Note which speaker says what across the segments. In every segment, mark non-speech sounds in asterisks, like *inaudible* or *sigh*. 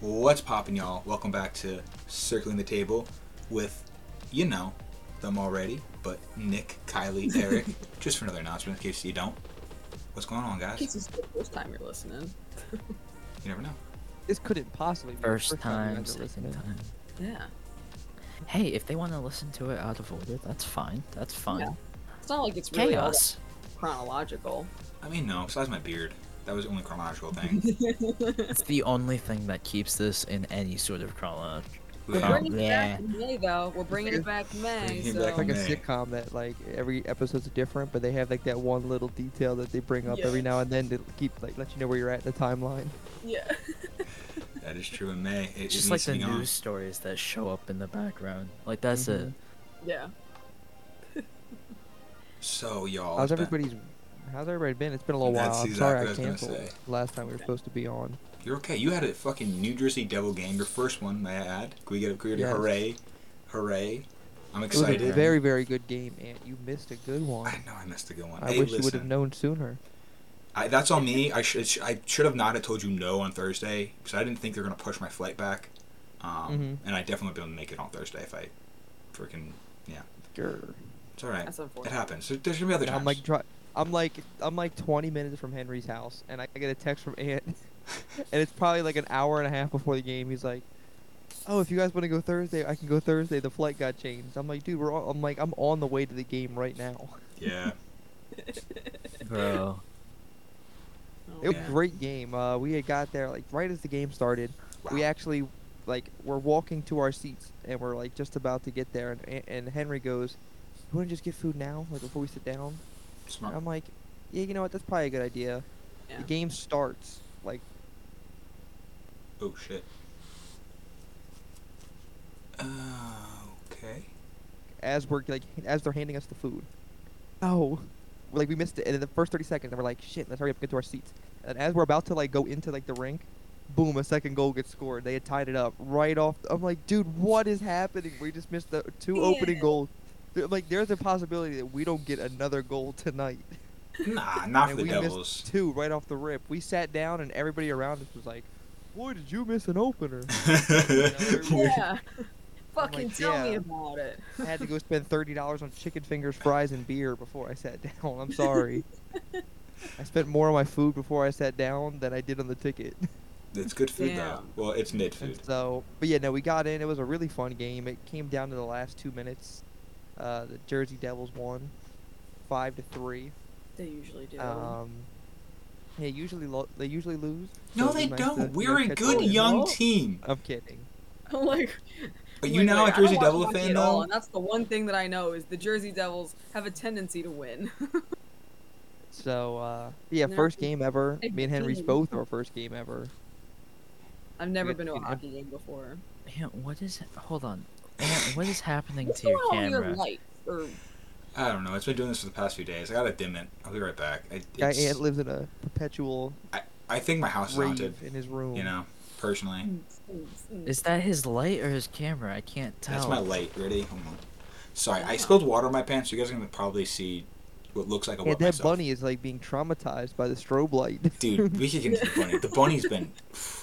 Speaker 1: What's poppin', y'all? Welcome back to Circling the Table with, you know, them already, but Nick, Kylie, Eric, just for another announcement in case you don't. What's going on, guys?
Speaker 2: This is the first time you're listening.
Speaker 1: You never know.
Speaker 3: This couldn't possibly be the
Speaker 4: First
Speaker 3: first time, you
Speaker 4: time,
Speaker 3: guys are
Speaker 4: second
Speaker 3: listening.
Speaker 4: time.
Speaker 2: Yeah.
Speaker 4: Hey, if they want to listen to it out of order, that's fine. That's fine.
Speaker 2: It's not like it's really all that
Speaker 4: Chaos.
Speaker 2: chronological.
Speaker 1: I mean, no, besides my beard. That was the only chronological thing.
Speaker 4: *laughs* It's the only thing that keeps this in any sort of chronology.
Speaker 2: We're
Speaker 1: Yeah.
Speaker 2: bringing
Speaker 4: yeah.
Speaker 2: it back in May, though. We're bringing it back in May,
Speaker 1: Bringing it
Speaker 2: so
Speaker 1: back
Speaker 3: It's like a
Speaker 1: Man.
Speaker 3: sitcom that like every episode's different, but they have like that one little detail that they bring up every now and then to keep like let you know where you're at in the timeline.
Speaker 2: yeah. *laughs*
Speaker 1: that is true in May. It- It,
Speaker 4: It's just like
Speaker 1: needs
Speaker 4: the
Speaker 1: to
Speaker 4: news
Speaker 1: be on.
Speaker 4: stories that show up in the background. Like that's
Speaker 3: Mhm.
Speaker 4: it.
Speaker 2: Yeah.
Speaker 1: So, y'all.
Speaker 3: How's
Speaker 1: it's been-
Speaker 3: everybody's? How's everybody been? It's been a little
Speaker 1: That's
Speaker 3: while. I'm
Speaker 1: exactly
Speaker 3: sorry
Speaker 1: what I
Speaker 3: I
Speaker 1: was gonna
Speaker 3: canceled
Speaker 1: say.
Speaker 3: last time we were supposed to be on.
Speaker 1: You're okay. You had a fucking New Jersey Devil game, your first one, may I add. Can we get a, can we get a
Speaker 3: Yes.
Speaker 1: hooray? Hooray. I'm
Speaker 3: It was a
Speaker 1: excited.
Speaker 3: very very good game, and you missed a good one.
Speaker 1: I know I missed a good one.
Speaker 3: I
Speaker 1: Hey,
Speaker 3: wish you would
Speaker 1: listen.
Speaker 3: have known sooner.
Speaker 1: I, that's on me. I should I should have not have told you no on Thursday because I didn't think they're gonna push my flight back, um,
Speaker 3: Mhm.
Speaker 1: and I definitely would be able to make it on Thursday if I freaking yeah.
Speaker 3: Grr.
Speaker 1: It's all right.
Speaker 2: That's
Speaker 1: It
Speaker 2: unfortunate.
Speaker 1: happens. There- There's gonna be other
Speaker 3: And
Speaker 1: times.
Speaker 3: I'm like dri- I'm like I'm like 20 minutes from Henry's house, and I get a text from Ant, *laughs* and it's probably like an hour and a half before the game. He's like, "Oh, if you guys want to go Thursday, I can go Thursday. The flight got changed." I'm like, "Dude, we're all, I'm like I'm on the way to the game right now." *laughs*
Speaker 1: yeah,
Speaker 4: Bro.
Speaker 2: Oh,
Speaker 3: It was
Speaker 1: Yeah.
Speaker 3: a great game. Uh, we had got there like right as the game started. We
Speaker 1: Wow.
Speaker 3: actually like we're walking to our seats, and we're like just about to get there, and and- and Henry goes, "You want to just get food now, like before we sit down?"
Speaker 1: smart.
Speaker 3: I'm like, "Yeah, you know what? That's probably a good idea."
Speaker 2: yeah.
Speaker 3: The game starts like
Speaker 1: oh shit. Uh, okay.
Speaker 3: as we're like as they're handing us the food. Oh, We're like we missed it. And in the first thirty seconds, and we're like, shit, let's hurry up, get to our seats. And as we're about to like go into like the rink, boom, a second goal gets scored. They had tied it up right off. I'm like, dude, what is happening? We just missed the two opening
Speaker 2: Yeah.
Speaker 3: goals. They're- Like there's a possibility that we don't get another goal tonight.
Speaker 1: Nah, not for
Speaker 3: and
Speaker 1: the
Speaker 3: we
Speaker 1: Devils.
Speaker 3: missed two right off the rip. We sat down and everybody around us was like, boy, did you miss an
Speaker 1: *laughs*
Speaker 3: opener?
Speaker 2: Yeah. *laughs* Fucking
Speaker 3: like,
Speaker 2: tell me
Speaker 3: yeah.
Speaker 2: about it.
Speaker 3: I had to go spend thirty dollars on chicken fingers, fries, and beer before I sat *laughs* down.
Speaker 1: *laughs*
Speaker 3: I'm sorry. I spent more on my food before I sat down than I did on the ticket.
Speaker 1: it's good food
Speaker 2: Damn.
Speaker 1: though. Well, it's mid
Speaker 3: And
Speaker 1: food.
Speaker 3: so, but yeah, no, we got in. It was a really fun game. It came down to the last two minutes. Uh, the Jersey Devils won, five to three.
Speaker 2: *laughs* They usually do.
Speaker 3: Um, yeah, usually lo- they usually lose. so
Speaker 1: No,
Speaker 3: it
Speaker 1: they
Speaker 3: was nice to, you
Speaker 1: don't.
Speaker 3: know,
Speaker 1: We're a
Speaker 3: catch
Speaker 1: good
Speaker 3: up.
Speaker 1: young
Speaker 2: No.
Speaker 1: team.
Speaker 3: I'm kidding.
Speaker 2: I'm like,
Speaker 1: Are
Speaker 2: I'm
Speaker 1: you
Speaker 2: like,
Speaker 1: now a
Speaker 2: wait, Oh I don't
Speaker 1: Jersey
Speaker 2: watch
Speaker 1: Devil
Speaker 2: hockey
Speaker 1: fan
Speaker 2: at
Speaker 1: *laughs*
Speaker 2: all, *laughs*
Speaker 1: though?
Speaker 2: And that's the one thing that I know is the Jersey Devils have a tendency to win. *laughs*
Speaker 3: So uh, yeah,
Speaker 2: No,
Speaker 3: first game ever.
Speaker 2: big
Speaker 3: Me and Henry's
Speaker 2: team.
Speaker 3: both our first game ever.
Speaker 2: I've never
Speaker 3: Yeah,
Speaker 2: been to a
Speaker 3: yeah.
Speaker 2: hockey game before.
Speaker 4: Ant, what is hold on. Ant, what is happening
Speaker 2: What's
Speaker 4: to your
Speaker 2: going on with your
Speaker 4: camera?
Speaker 2: light? Or *clears throat*
Speaker 1: I don't know. It's been doing this for the past few days. I gotta dim it. I'll be right back. I,
Speaker 3: Guy
Speaker 1: it's-
Speaker 3: Ant lives in a perpetual
Speaker 1: I think my house is haunted.
Speaker 3: rave in his room.
Speaker 1: You know, personally,
Speaker 2: mm,
Speaker 4: Is that his light or his camera? I can't tell.
Speaker 1: that's my light. Ready? Hold on. Sorry, I
Speaker 2: Wow.
Speaker 1: spilled water on my pants. So you guys are gonna probably see what looks like a
Speaker 3: Yeah,
Speaker 1: wet
Speaker 3: that
Speaker 1: myself.
Speaker 3: bunny is like being traumatized by the strobe light. *laughs*
Speaker 1: Dude, we should get into the bunny. The bunny's been,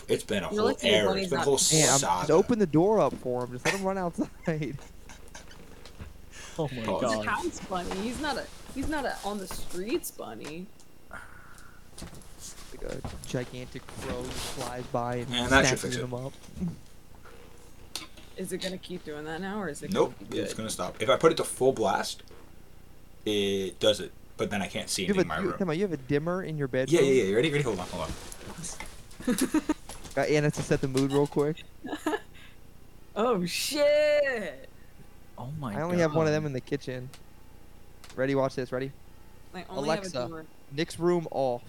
Speaker 1: it's been a
Speaker 2: You're
Speaker 1: whole
Speaker 2: lucky the
Speaker 1: era.
Speaker 2: bunny's
Speaker 1: It's been a
Speaker 2: not-
Speaker 1: whole
Speaker 3: Yeah, I'm- just
Speaker 1: saga.
Speaker 3: open the door up for him. Just let him run outside. *laughs*
Speaker 4: Oh my
Speaker 1: Pause.
Speaker 2: He's a
Speaker 4: god.
Speaker 2: house bunny. He's not a. He's not a on the streets bunny.
Speaker 3: Like a gigantic crow just flies by and
Speaker 1: Man, that should
Speaker 3: snatches
Speaker 1: fix it.
Speaker 3: him up.
Speaker 2: Is it gonna keep doing that now, or is it?
Speaker 1: Nope,
Speaker 2: Gonna be good?
Speaker 1: it's gonna stop. If I put it to full blast, it does it. But then I can't see
Speaker 3: You
Speaker 1: anything in my
Speaker 3: have, a, you,
Speaker 1: room.
Speaker 3: come on, you have a dimmer in your
Speaker 1: Yeah,
Speaker 3: bedroom.
Speaker 1: yeah, yeah. You Ready? Ready? Hold on, *laughs* hold on.
Speaker 3: yeah. Anna to set the mood real quick.
Speaker 2: *laughs* Oh shit!
Speaker 4: Oh my god.
Speaker 3: I only have one of them in the kitchen. Ready? Watch this. Ready?
Speaker 2: I only have
Speaker 3: Alexa.
Speaker 2: a door.
Speaker 3: Nick's room off.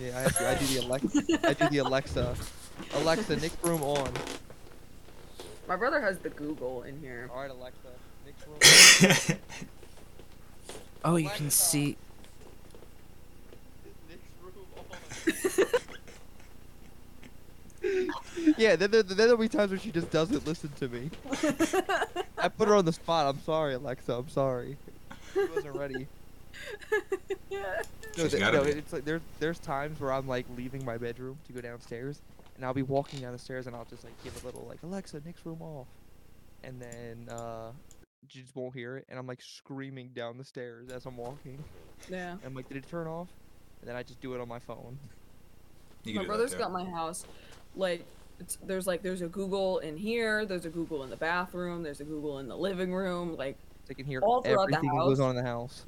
Speaker 3: Yeah, I, have to, I do the Alexa. I do the Alexa. Alexa, Nick's room on.
Speaker 2: My brother has the Google in here.
Speaker 3: All right, Alexa. Nick's room. on.
Speaker 4: Oh, you can see.
Speaker 3: *laughs* yeah, then, there, then there'll be times where she just doesn't listen to me.
Speaker 1: Oh.
Speaker 2: *laughs*
Speaker 3: I put her on
Speaker 1: *laughs*
Speaker 3: the spot. I'm sorry, Alexa. I'm sorry. She wasn't ready.
Speaker 2: Yeah.
Speaker 3: No,
Speaker 1: She's
Speaker 3: th-
Speaker 1: gotta
Speaker 3: no
Speaker 1: be.
Speaker 3: it's like there, there's times where I'm like leaving my bedroom to go downstairs, and I'll be walking down the stairs, and I'll just like give a little like Alexa, Nick's room off, and then uh, she just won't hear it, and I'm like screaming down the stairs as I'm walking.
Speaker 2: Yeah.
Speaker 3: I'm like, did it turn off? And then I just do it on my phone.
Speaker 1: You
Speaker 2: my
Speaker 1: can do
Speaker 2: brother's
Speaker 1: that
Speaker 2: got
Speaker 1: too.
Speaker 2: my house. Like, it's, there's like there's a Google in here. There's a Google in the bathroom. There's a Google in the living room. Like,
Speaker 3: They can hear
Speaker 2: All throughout the
Speaker 3: everything that goes
Speaker 2: house.
Speaker 3: on in the house.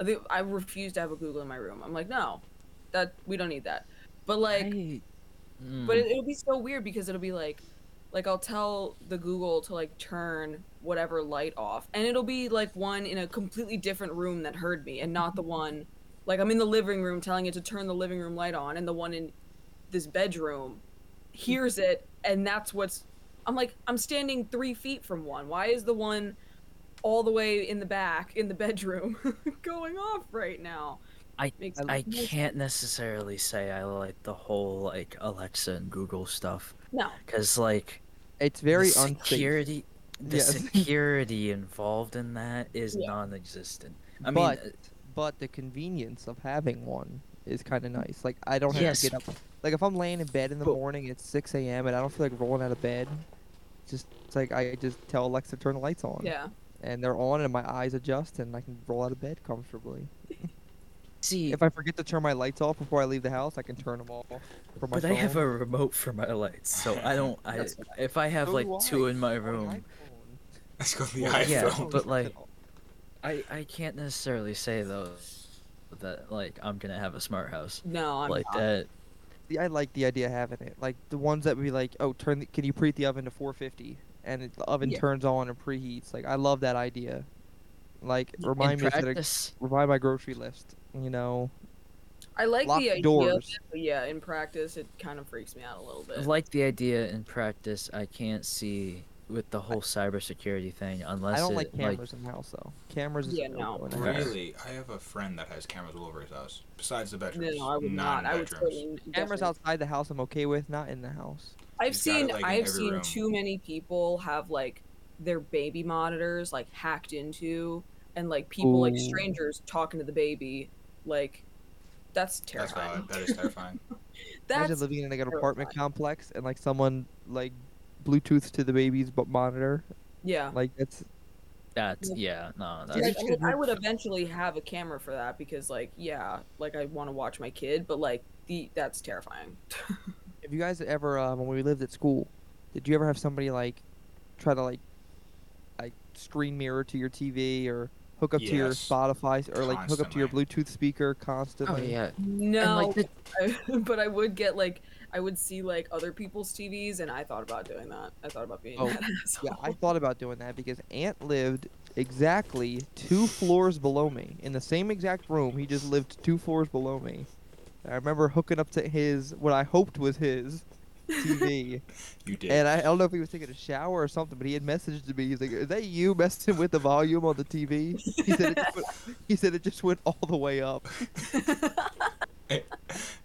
Speaker 2: I think I refuse to have a Google in my room. I'm like, no, that we don't need that. But like,
Speaker 4: Hmm.
Speaker 2: But
Speaker 4: Mm-hmm.
Speaker 2: it, it'll be so weird because it'll be like, like I'll tell the Google to like turn whatever light off, and it'll be like one in a completely different room that heard me, and not the
Speaker 4: Mm-hmm.
Speaker 2: one, like I'm in the living room telling it to turn the living room light on, and the one in this bedroom hears it, and that's what's. I'm like, I'm standing three feet from one. Why is the one all the way in the back in the bedroom *laughs* going off right now?
Speaker 4: I-
Speaker 2: Makes
Speaker 4: I
Speaker 2: no
Speaker 4: can't necessarily say I like the whole like Alexa and Google stuff
Speaker 2: No,
Speaker 4: because like
Speaker 3: It's very
Speaker 4: the
Speaker 3: unsafe.
Speaker 4: security. The
Speaker 3: Yes. *laughs*
Speaker 4: security involved in that is
Speaker 2: Yeah.
Speaker 4: non-existent. I mean,
Speaker 3: but
Speaker 4: uh,
Speaker 3: but the convenience of having one is kind of nice. Like I don't have
Speaker 4: Yes.
Speaker 3: to get up. Like if I'm laying in bed in the
Speaker 4: But-
Speaker 3: morning at 6 a.m. and I don't feel like rolling out of bed, just it's like I just tell Alexa turn the lights on.
Speaker 2: yeah,
Speaker 3: And they're on, and my eyes adjust, and I can roll out of bed comfortably.
Speaker 4: see,
Speaker 3: If I forget to turn my lights off before I leave the house, I can turn them off from my
Speaker 4: but I
Speaker 3: phone.
Speaker 4: have a remote for my
Speaker 3: *laughs*
Speaker 4: lights, so I don't. I
Speaker 2: That's
Speaker 4: if I have
Speaker 3: So
Speaker 4: like
Speaker 3: do
Speaker 4: two
Speaker 3: I.
Speaker 4: in
Speaker 3: Oh,
Speaker 4: my
Speaker 3: an
Speaker 4: room,
Speaker 3: iPhone.
Speaker 1: *laughs* Let's go to the
Speaker 4: Well, yeah,
Speaker 1: iPhone.
Speaker 4: but, like, I I can't necessarily say though that like I'm gonna have a smart house
Speaker 2: no, I'm
Speaker 4: like
Speaker 2: not.
Speaker 4: that.
Speaker 3: the, I like the idea of having it. Like the ones that would be like, oh, turn. The, can you preheat the oven to 450? And it, the oven
Speaker 4: Yeah.
Speaker 3: turns on and preheats. Like I love that idea. Like remind
Speaker 4: in
Speaker 3: me to
Speaker 4: practice,
Speaker 3: remind my grocery list. You know,
Speaker 2: I like
Speaker 3: lock
Speaker 2: the idea.
Speaker 3: doors.
Speaker 2: But yeah, in practice, it kind of freaks me out a little bit.
Speaker 4: like the idea in practice. I can't see with the whole cybersecurity thing unless
Speaker 3: I don't
Speaker 4: it,
Speaker 3: like cameras in the house though. Cameras is
Speaker 2: Yeah,
Speaker 3: a
Speaker 2: no.
Speaker 3: no-go in the
Speaker 1: *laughs*
Speaker 3: house.
Speaker 1: Really, I have a friend that has cameras all over his house. Besides the
Speaker 2: no,
Speaker 1: bedrooms,
Speaker 2: no, I would
Speaker 1: not,
Speaker 2: not.
Speaker 1: in
Speaker 2: I would
Speaker 1: bedrooms.
Speaker 2: certainly.
Speaker 3: Cameras
Speaker 2: definitely-
Speaker 3: outside the house I'm okay with, not in the house.
Speaker 1: You've got it,
Speaker 2: I've seen.
Speaker 1: like, in
Speaker 2: I've
Speaker 1: every
Speaker 2: seen
Speaker 1: room.
Speaker 2: too many people have like their baby monitors like hacked into, and like people like
Speaker 3: Ooh.
Speaker 2: strangers talking to the baby, like. That's
Speaker 1: That's
Speaker 2: terrifying.
Speaker 1: valid. That
Speaker 2: *laughs*
Speaker 1: is terrifying.
Speaker 2: That's,
Speaker 3: Imagine living in like an apartment complex and like someone like Bluetooth to the baby's bu- monitor.
Speaker 2: yeah.
Speaker 3: Like that's
Speaker 4: That's yeah, no, that's
Speaker 2: Like,
Speaker 3: you
Speaker 2: I,
Speaker 3: should
Speaker 2: would, I
Speaker 3: have-
Speaker 2: would eventually have a camera for that because, like, yeah, like I want to watch my kid, but like the that's terrifying.
Speaker 3: Have you guys ever, uh, when we lived at school, did you ever have somebody like try to like like screen mirror to your TV or hook up to your
Speaker 1: Yes.
Speaker 3: Spotify or like hook up to your Bluetooth speaker
Speaker 4: oh
Speaker 3: constantly?
Speaker 4: yeah.
Speaker 2: No,
Speaker 4: and like the
Speaker 2: I, *laughs* but I would get like I would see like other people's TVs, and I thought about doing that. I thought about being
Speaker 3: Oh,
Speaker 2: that *laughs* asshole.
Speaker 3: Yeah, I thought about doing that because Ant lived exactly two floors below me in the same exact room. He just lived two floors below me. I remember hooking up to his what I hoped was his TV.
Speaker 1: You did.
Speaker 3: And I, I don't know if he was taking a shower or something, but he had messaged me. He's like, "Is that you messing with the volume on the TV?" He said, it just went, "He said it just went all the way up."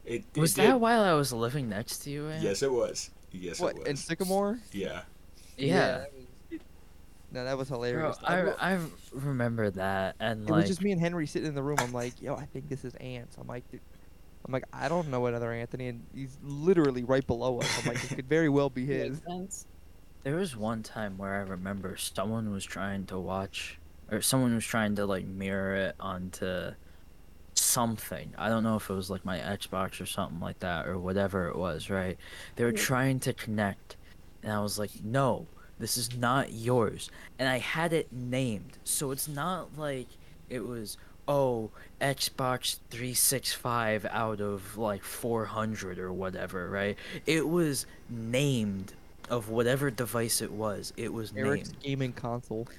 Speaker 1: It, it
Speaker 4: was
Speaker 1: did.
Speaker 4: that while I was living next to you? Ann?
Speaker 1: Yes, it was. Yes,
Speaker 3: what
Speaker 1: it was.
Speaker 3: in Sycamore?
Speaker 1: Yeah.
Speaker 4: Yeah.
Speaker 3: that was- No, that was
Speaker 4: Bro,
Speaker 3: hilarious. I-
Speaker 4: I, I remember that and
Speaker 3: it
Speaker 4: like
Speaker 3: was just me and Henry sitting in the room. I'm like, "Yo, I think this is ants." I'm like, "Dude." "I'm like, I don't know another Anthony," and he's literally right below us. I'm like, "It could
Speaker 1: *laughs*
Speaker 3: very well be his."
Speaker 2: Makes sense.
Speaker 4: there was one time where I remember someone was trying to watch or someone was trying to like mirror it onto something. I don't know if it was like my Xbox or something like that or whatever it was, right? They were
Speaker 2: Yeah.
Speaker 4: trying to connect and I was like, "No, this is not yours." And I had it named. So it's not like it was oh Xbox 365 out of like 400 or whatever, right? It was named of whatever device it was. It was
Speaker 3: Eric's
Speaker 4: named.
Speaker 3: gaming console.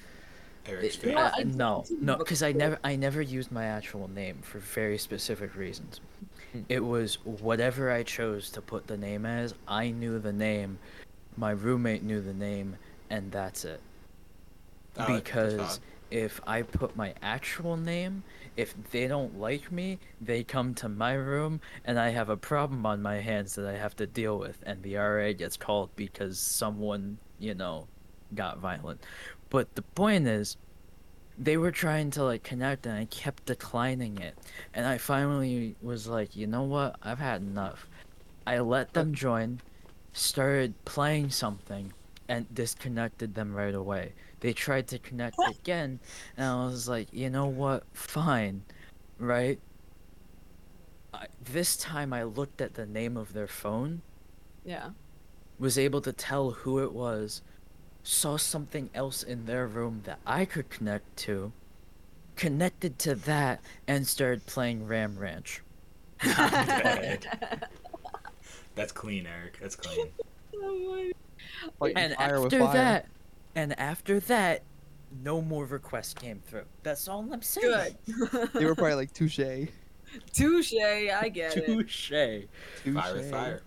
Speaker 1: Eric's
Speaker 4: It-
Speaker 1: face.
Speaker 2: Yeah, I-
Speaker 4: uh, no,
Speaker 2: didn't
Speaker 4: no,
Speaker 2: look
Speaker 4: because I
Speaker 2: for it.
Speaker 4: never, I never used my actual name for very specific reasons.
Speaker 3: Mm-hmm.
Speaker 4: It was whatever I chose to put the name as. I knew the name, my roommate knew the name, and that's it.
Speaker 1: Oh, that's
Speaker 4: because
Speaker 1: *laughs* odd.
Speaker 4: if I put my actual name, if they don't like me, they come to my room and I have a problem on my hands that I have to deal with, and the RA gets called because someone, you know, got violent. But the point is, they were trying to like connect and I kept declining it. And I finally was like, you know what? I've had enough. I let them join, started playing something, and disconnected them right away. They tried to connect again, and I was like, you know what? Fine, right? I, this time I looked at the name of their phone, *laughs*
Speaker 2: Yeah.
Speaker 4: was able to tell who it was, saw something else in their room that I could connect to, connected to that, and started playing Ram Ranch.
Speaker 2: *laughs*
Speaker 1: That's clean, Eric. That's clean.
Speaker 2: Oh
Speaker 3: Fighting
Speaker 4: And
Speaker 3: fire with
Speaker 4: after
Speaker 3: fire.
Speaker 4: that, and after that, no more requests came through. That's all I'm saying.
Speaker 2: Good.
Speaker 3: they were probably like touche.
Speaker 2: *laughs* Touche. I get it.
Speaker 4: Touche.
Speaker 3: touche.
Speaker 1: Fire with fire.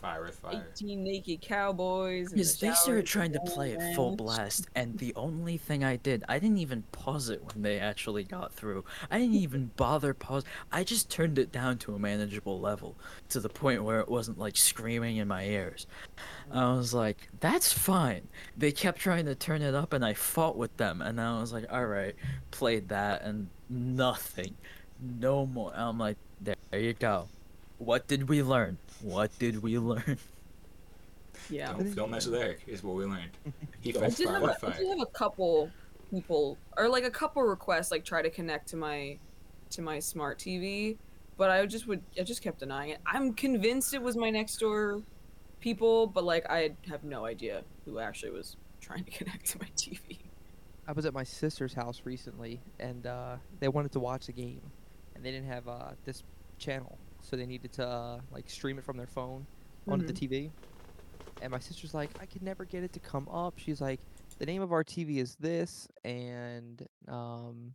Speaker 1: Fire with fire.
Speaker 2: 18 naked cowboys. in
Speaker 4: Because
Speaker 2: the
Speaker 4: they
Speaker 2: shower.
Speaker 4: started trying to play it full
Speaker 2: Ram.
Speaker 4: blast, and the only thing I did, I didn't even pause it when they actually got through. I didn't even bother pause. I just turned it down to a manageable level, to the point where it wasn't like screaming in my ears. I was like, "That's fine." They kept trying to turn it up, and I fought with them. And I was like, "All right," played that, and nothing, no more. I'm like, "There you go." What did we learn? What did we *laughs* learn?
Speaker 2: Yeah.
Speaker 1: Don't, don't mess with Eric. Is what we learned. He
Speaker 2: I
Speaker 1: fights
Speaker 2: did,
Speaker 1: fire
Speaker 2: have
Speaker 1: with
Speaker 2: a, I did
Speaker 1: fire.
Speaker 2: have a couple people or like a couple requests like try to connect to my to my smart TV, but I just would I just kept denying it. I'm convinced it was my next door people, but like I have no idea who actually was trying to *laughs* connect to my TV.
Speaker 3: I was at my sister's house recently, and uh, they wanted to watch a game, and they didn't have uh, this channel, so they needed to uh, like stream it from their phone onto the TV. And my sister's like, I could never get it to come up. She's like, the name of our TV is this, and um,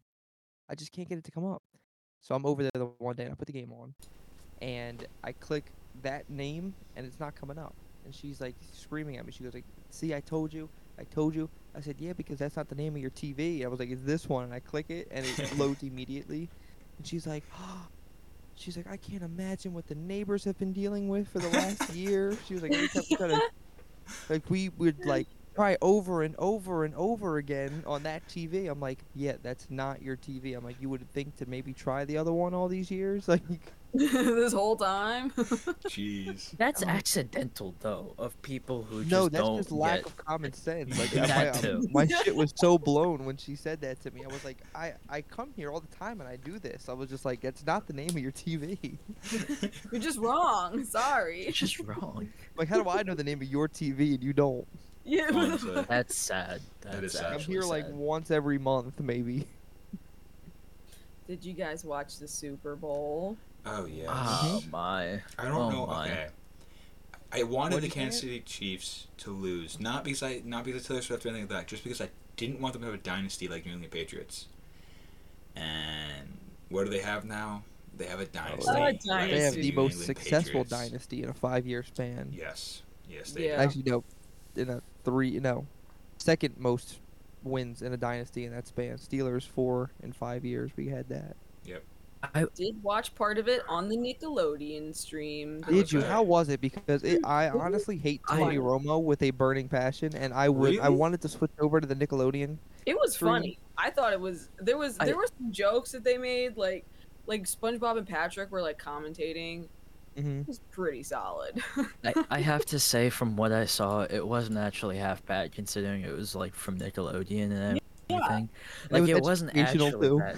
Speaker 3: I just can't get it to come up. So I'm over there the one day, and I put the game on, and I click that name, and it's not coming up. And she's like screaming at me. She goes like, "See, I told you, I told you." I said, "Yeah, because that's not the name of your TV." I was like, "It's this one," and I click it, and it loads immediately. And she's like, *gasps* She's like, I can't imagine what the neighbors have been dealing with for the last year. She was like, we kept trying to, like we would like try over and over and over again on that TV. I'm like, yeah, that's not your TV. I'm like, you would think to maybe try the other one all these years, *laughs* like
Speaker 2: *laughs* this whole time. *laughs*
Speaker 1: Jeez.
Speaker 4: That's
Speaker 3: Oh.
Speaker 4: accidental though of people who just
Speaker 3: no, that's
Speaker 4: don't
Speaker 3: just lack
Speaker 4: get-
Speaker 3: of common sense.
Speaker 4: *laughs*
Speaker 3: Like
Speaker 1: That
Speaker 3: my,
Speaker 4: too.
Speaker 3: my shit was
Speaker 4: *laughs*
Speaker 3: so blown when she said that to me. I was like, I I come here all the time and I do this. I was just like, that's not the name of your TV.
Speaker 2: You're just wrong. Sorry.
Speaker 4: It's *laughs* just wrong.
Speaker 3: *laughs* Like, how do I know the name of your TV and you don't?
Speaker 2: Yeah. *laughs* but-
Speaker 1: Honestly.
Speaker 4: That's sad. That's
Speaker 1: That is sad.
Speaker 3: I'm
Speaker 4: actually
Speaker 3: here like
Speaker 4: sad.
Speaker 3: once every month, maybe.
Speaker 2: Did you guys watch the Super Bowl?
Speaker 1: *laughs* Oh yeah.
Speaker 4: Oh
Speaker 3: Mm-hmm.
Speaker 4: my.
Speaker 1: I don't
Speaker 4: oh
Speaker 1: know.
Speaker 4: my.
Speaker 1: Okay. I wanted
Speaker 3: What'd
Speaker 1: the
Speaker 3: you say?
Speaker 1: Kansas City Chiefs to lose, not because I not because Taylor Swift or anything like that, just because I didn't want them to have a dynasty like New England Patriots. And what do they have now? They have a dynasty.
Speaker 2: Oh,
Speaker 1: right?
Speaker 2: dynasty.
Speaker 3: They have
Speaker 2: see.
Speaker 3: the
Speaker 1: New
Speaker 3: most
Speaker 1: England
Speaker 3: successful
Speaker 1: Patriots.
Speaker 3: dynasty in a five-year span.
Speaker 1: Yes, yes, they.
Speaker 2: Yeah.
Speaker 3: Actually, no, in a three, no, second most wins in a dynasty in that span. Steelers four in five years. We had that.
Speaker 4: I
Speaker 2: Did watch part of it on the Nickelodeon stream.
Speaker 1: How
Speaker 3: Did
Speaker 1: was
Speaker 3: you?
Speaker 1: that?
Speaker 3: How was it? Because it, I honestly hate
Speaker 4: I-
Speaker 3: Tony Romo with a burning passion, and I would I
Speaker 1: Really?
Speaker 3: wanted to switch over to the Nickelodeon.
Speaker 2: It was
Speaker 3: Three.
Speaker 2: funny. I thought it was there was
Speaker 3: I-
Speaker 2: there were some jokes that they made like like SpongeBob and Patrick were like commentating.
Speaker 3: hmm
Speaker 2: It was pretty solid. *laughs*
Speaker 4: I, I have to say, from what I saw, it wasn't actually half bad considering it was like from Nickelodeon and
Speaker 2: Yeah.
Speaker 4: everything.
Speaker 3: It
Speaker 4: Like
Speaker 3: was
Speaker 4: it, was not
Speaker 3: educational,
Speaker 4: actually
Speaker 3: too.
Speaker 4: bad.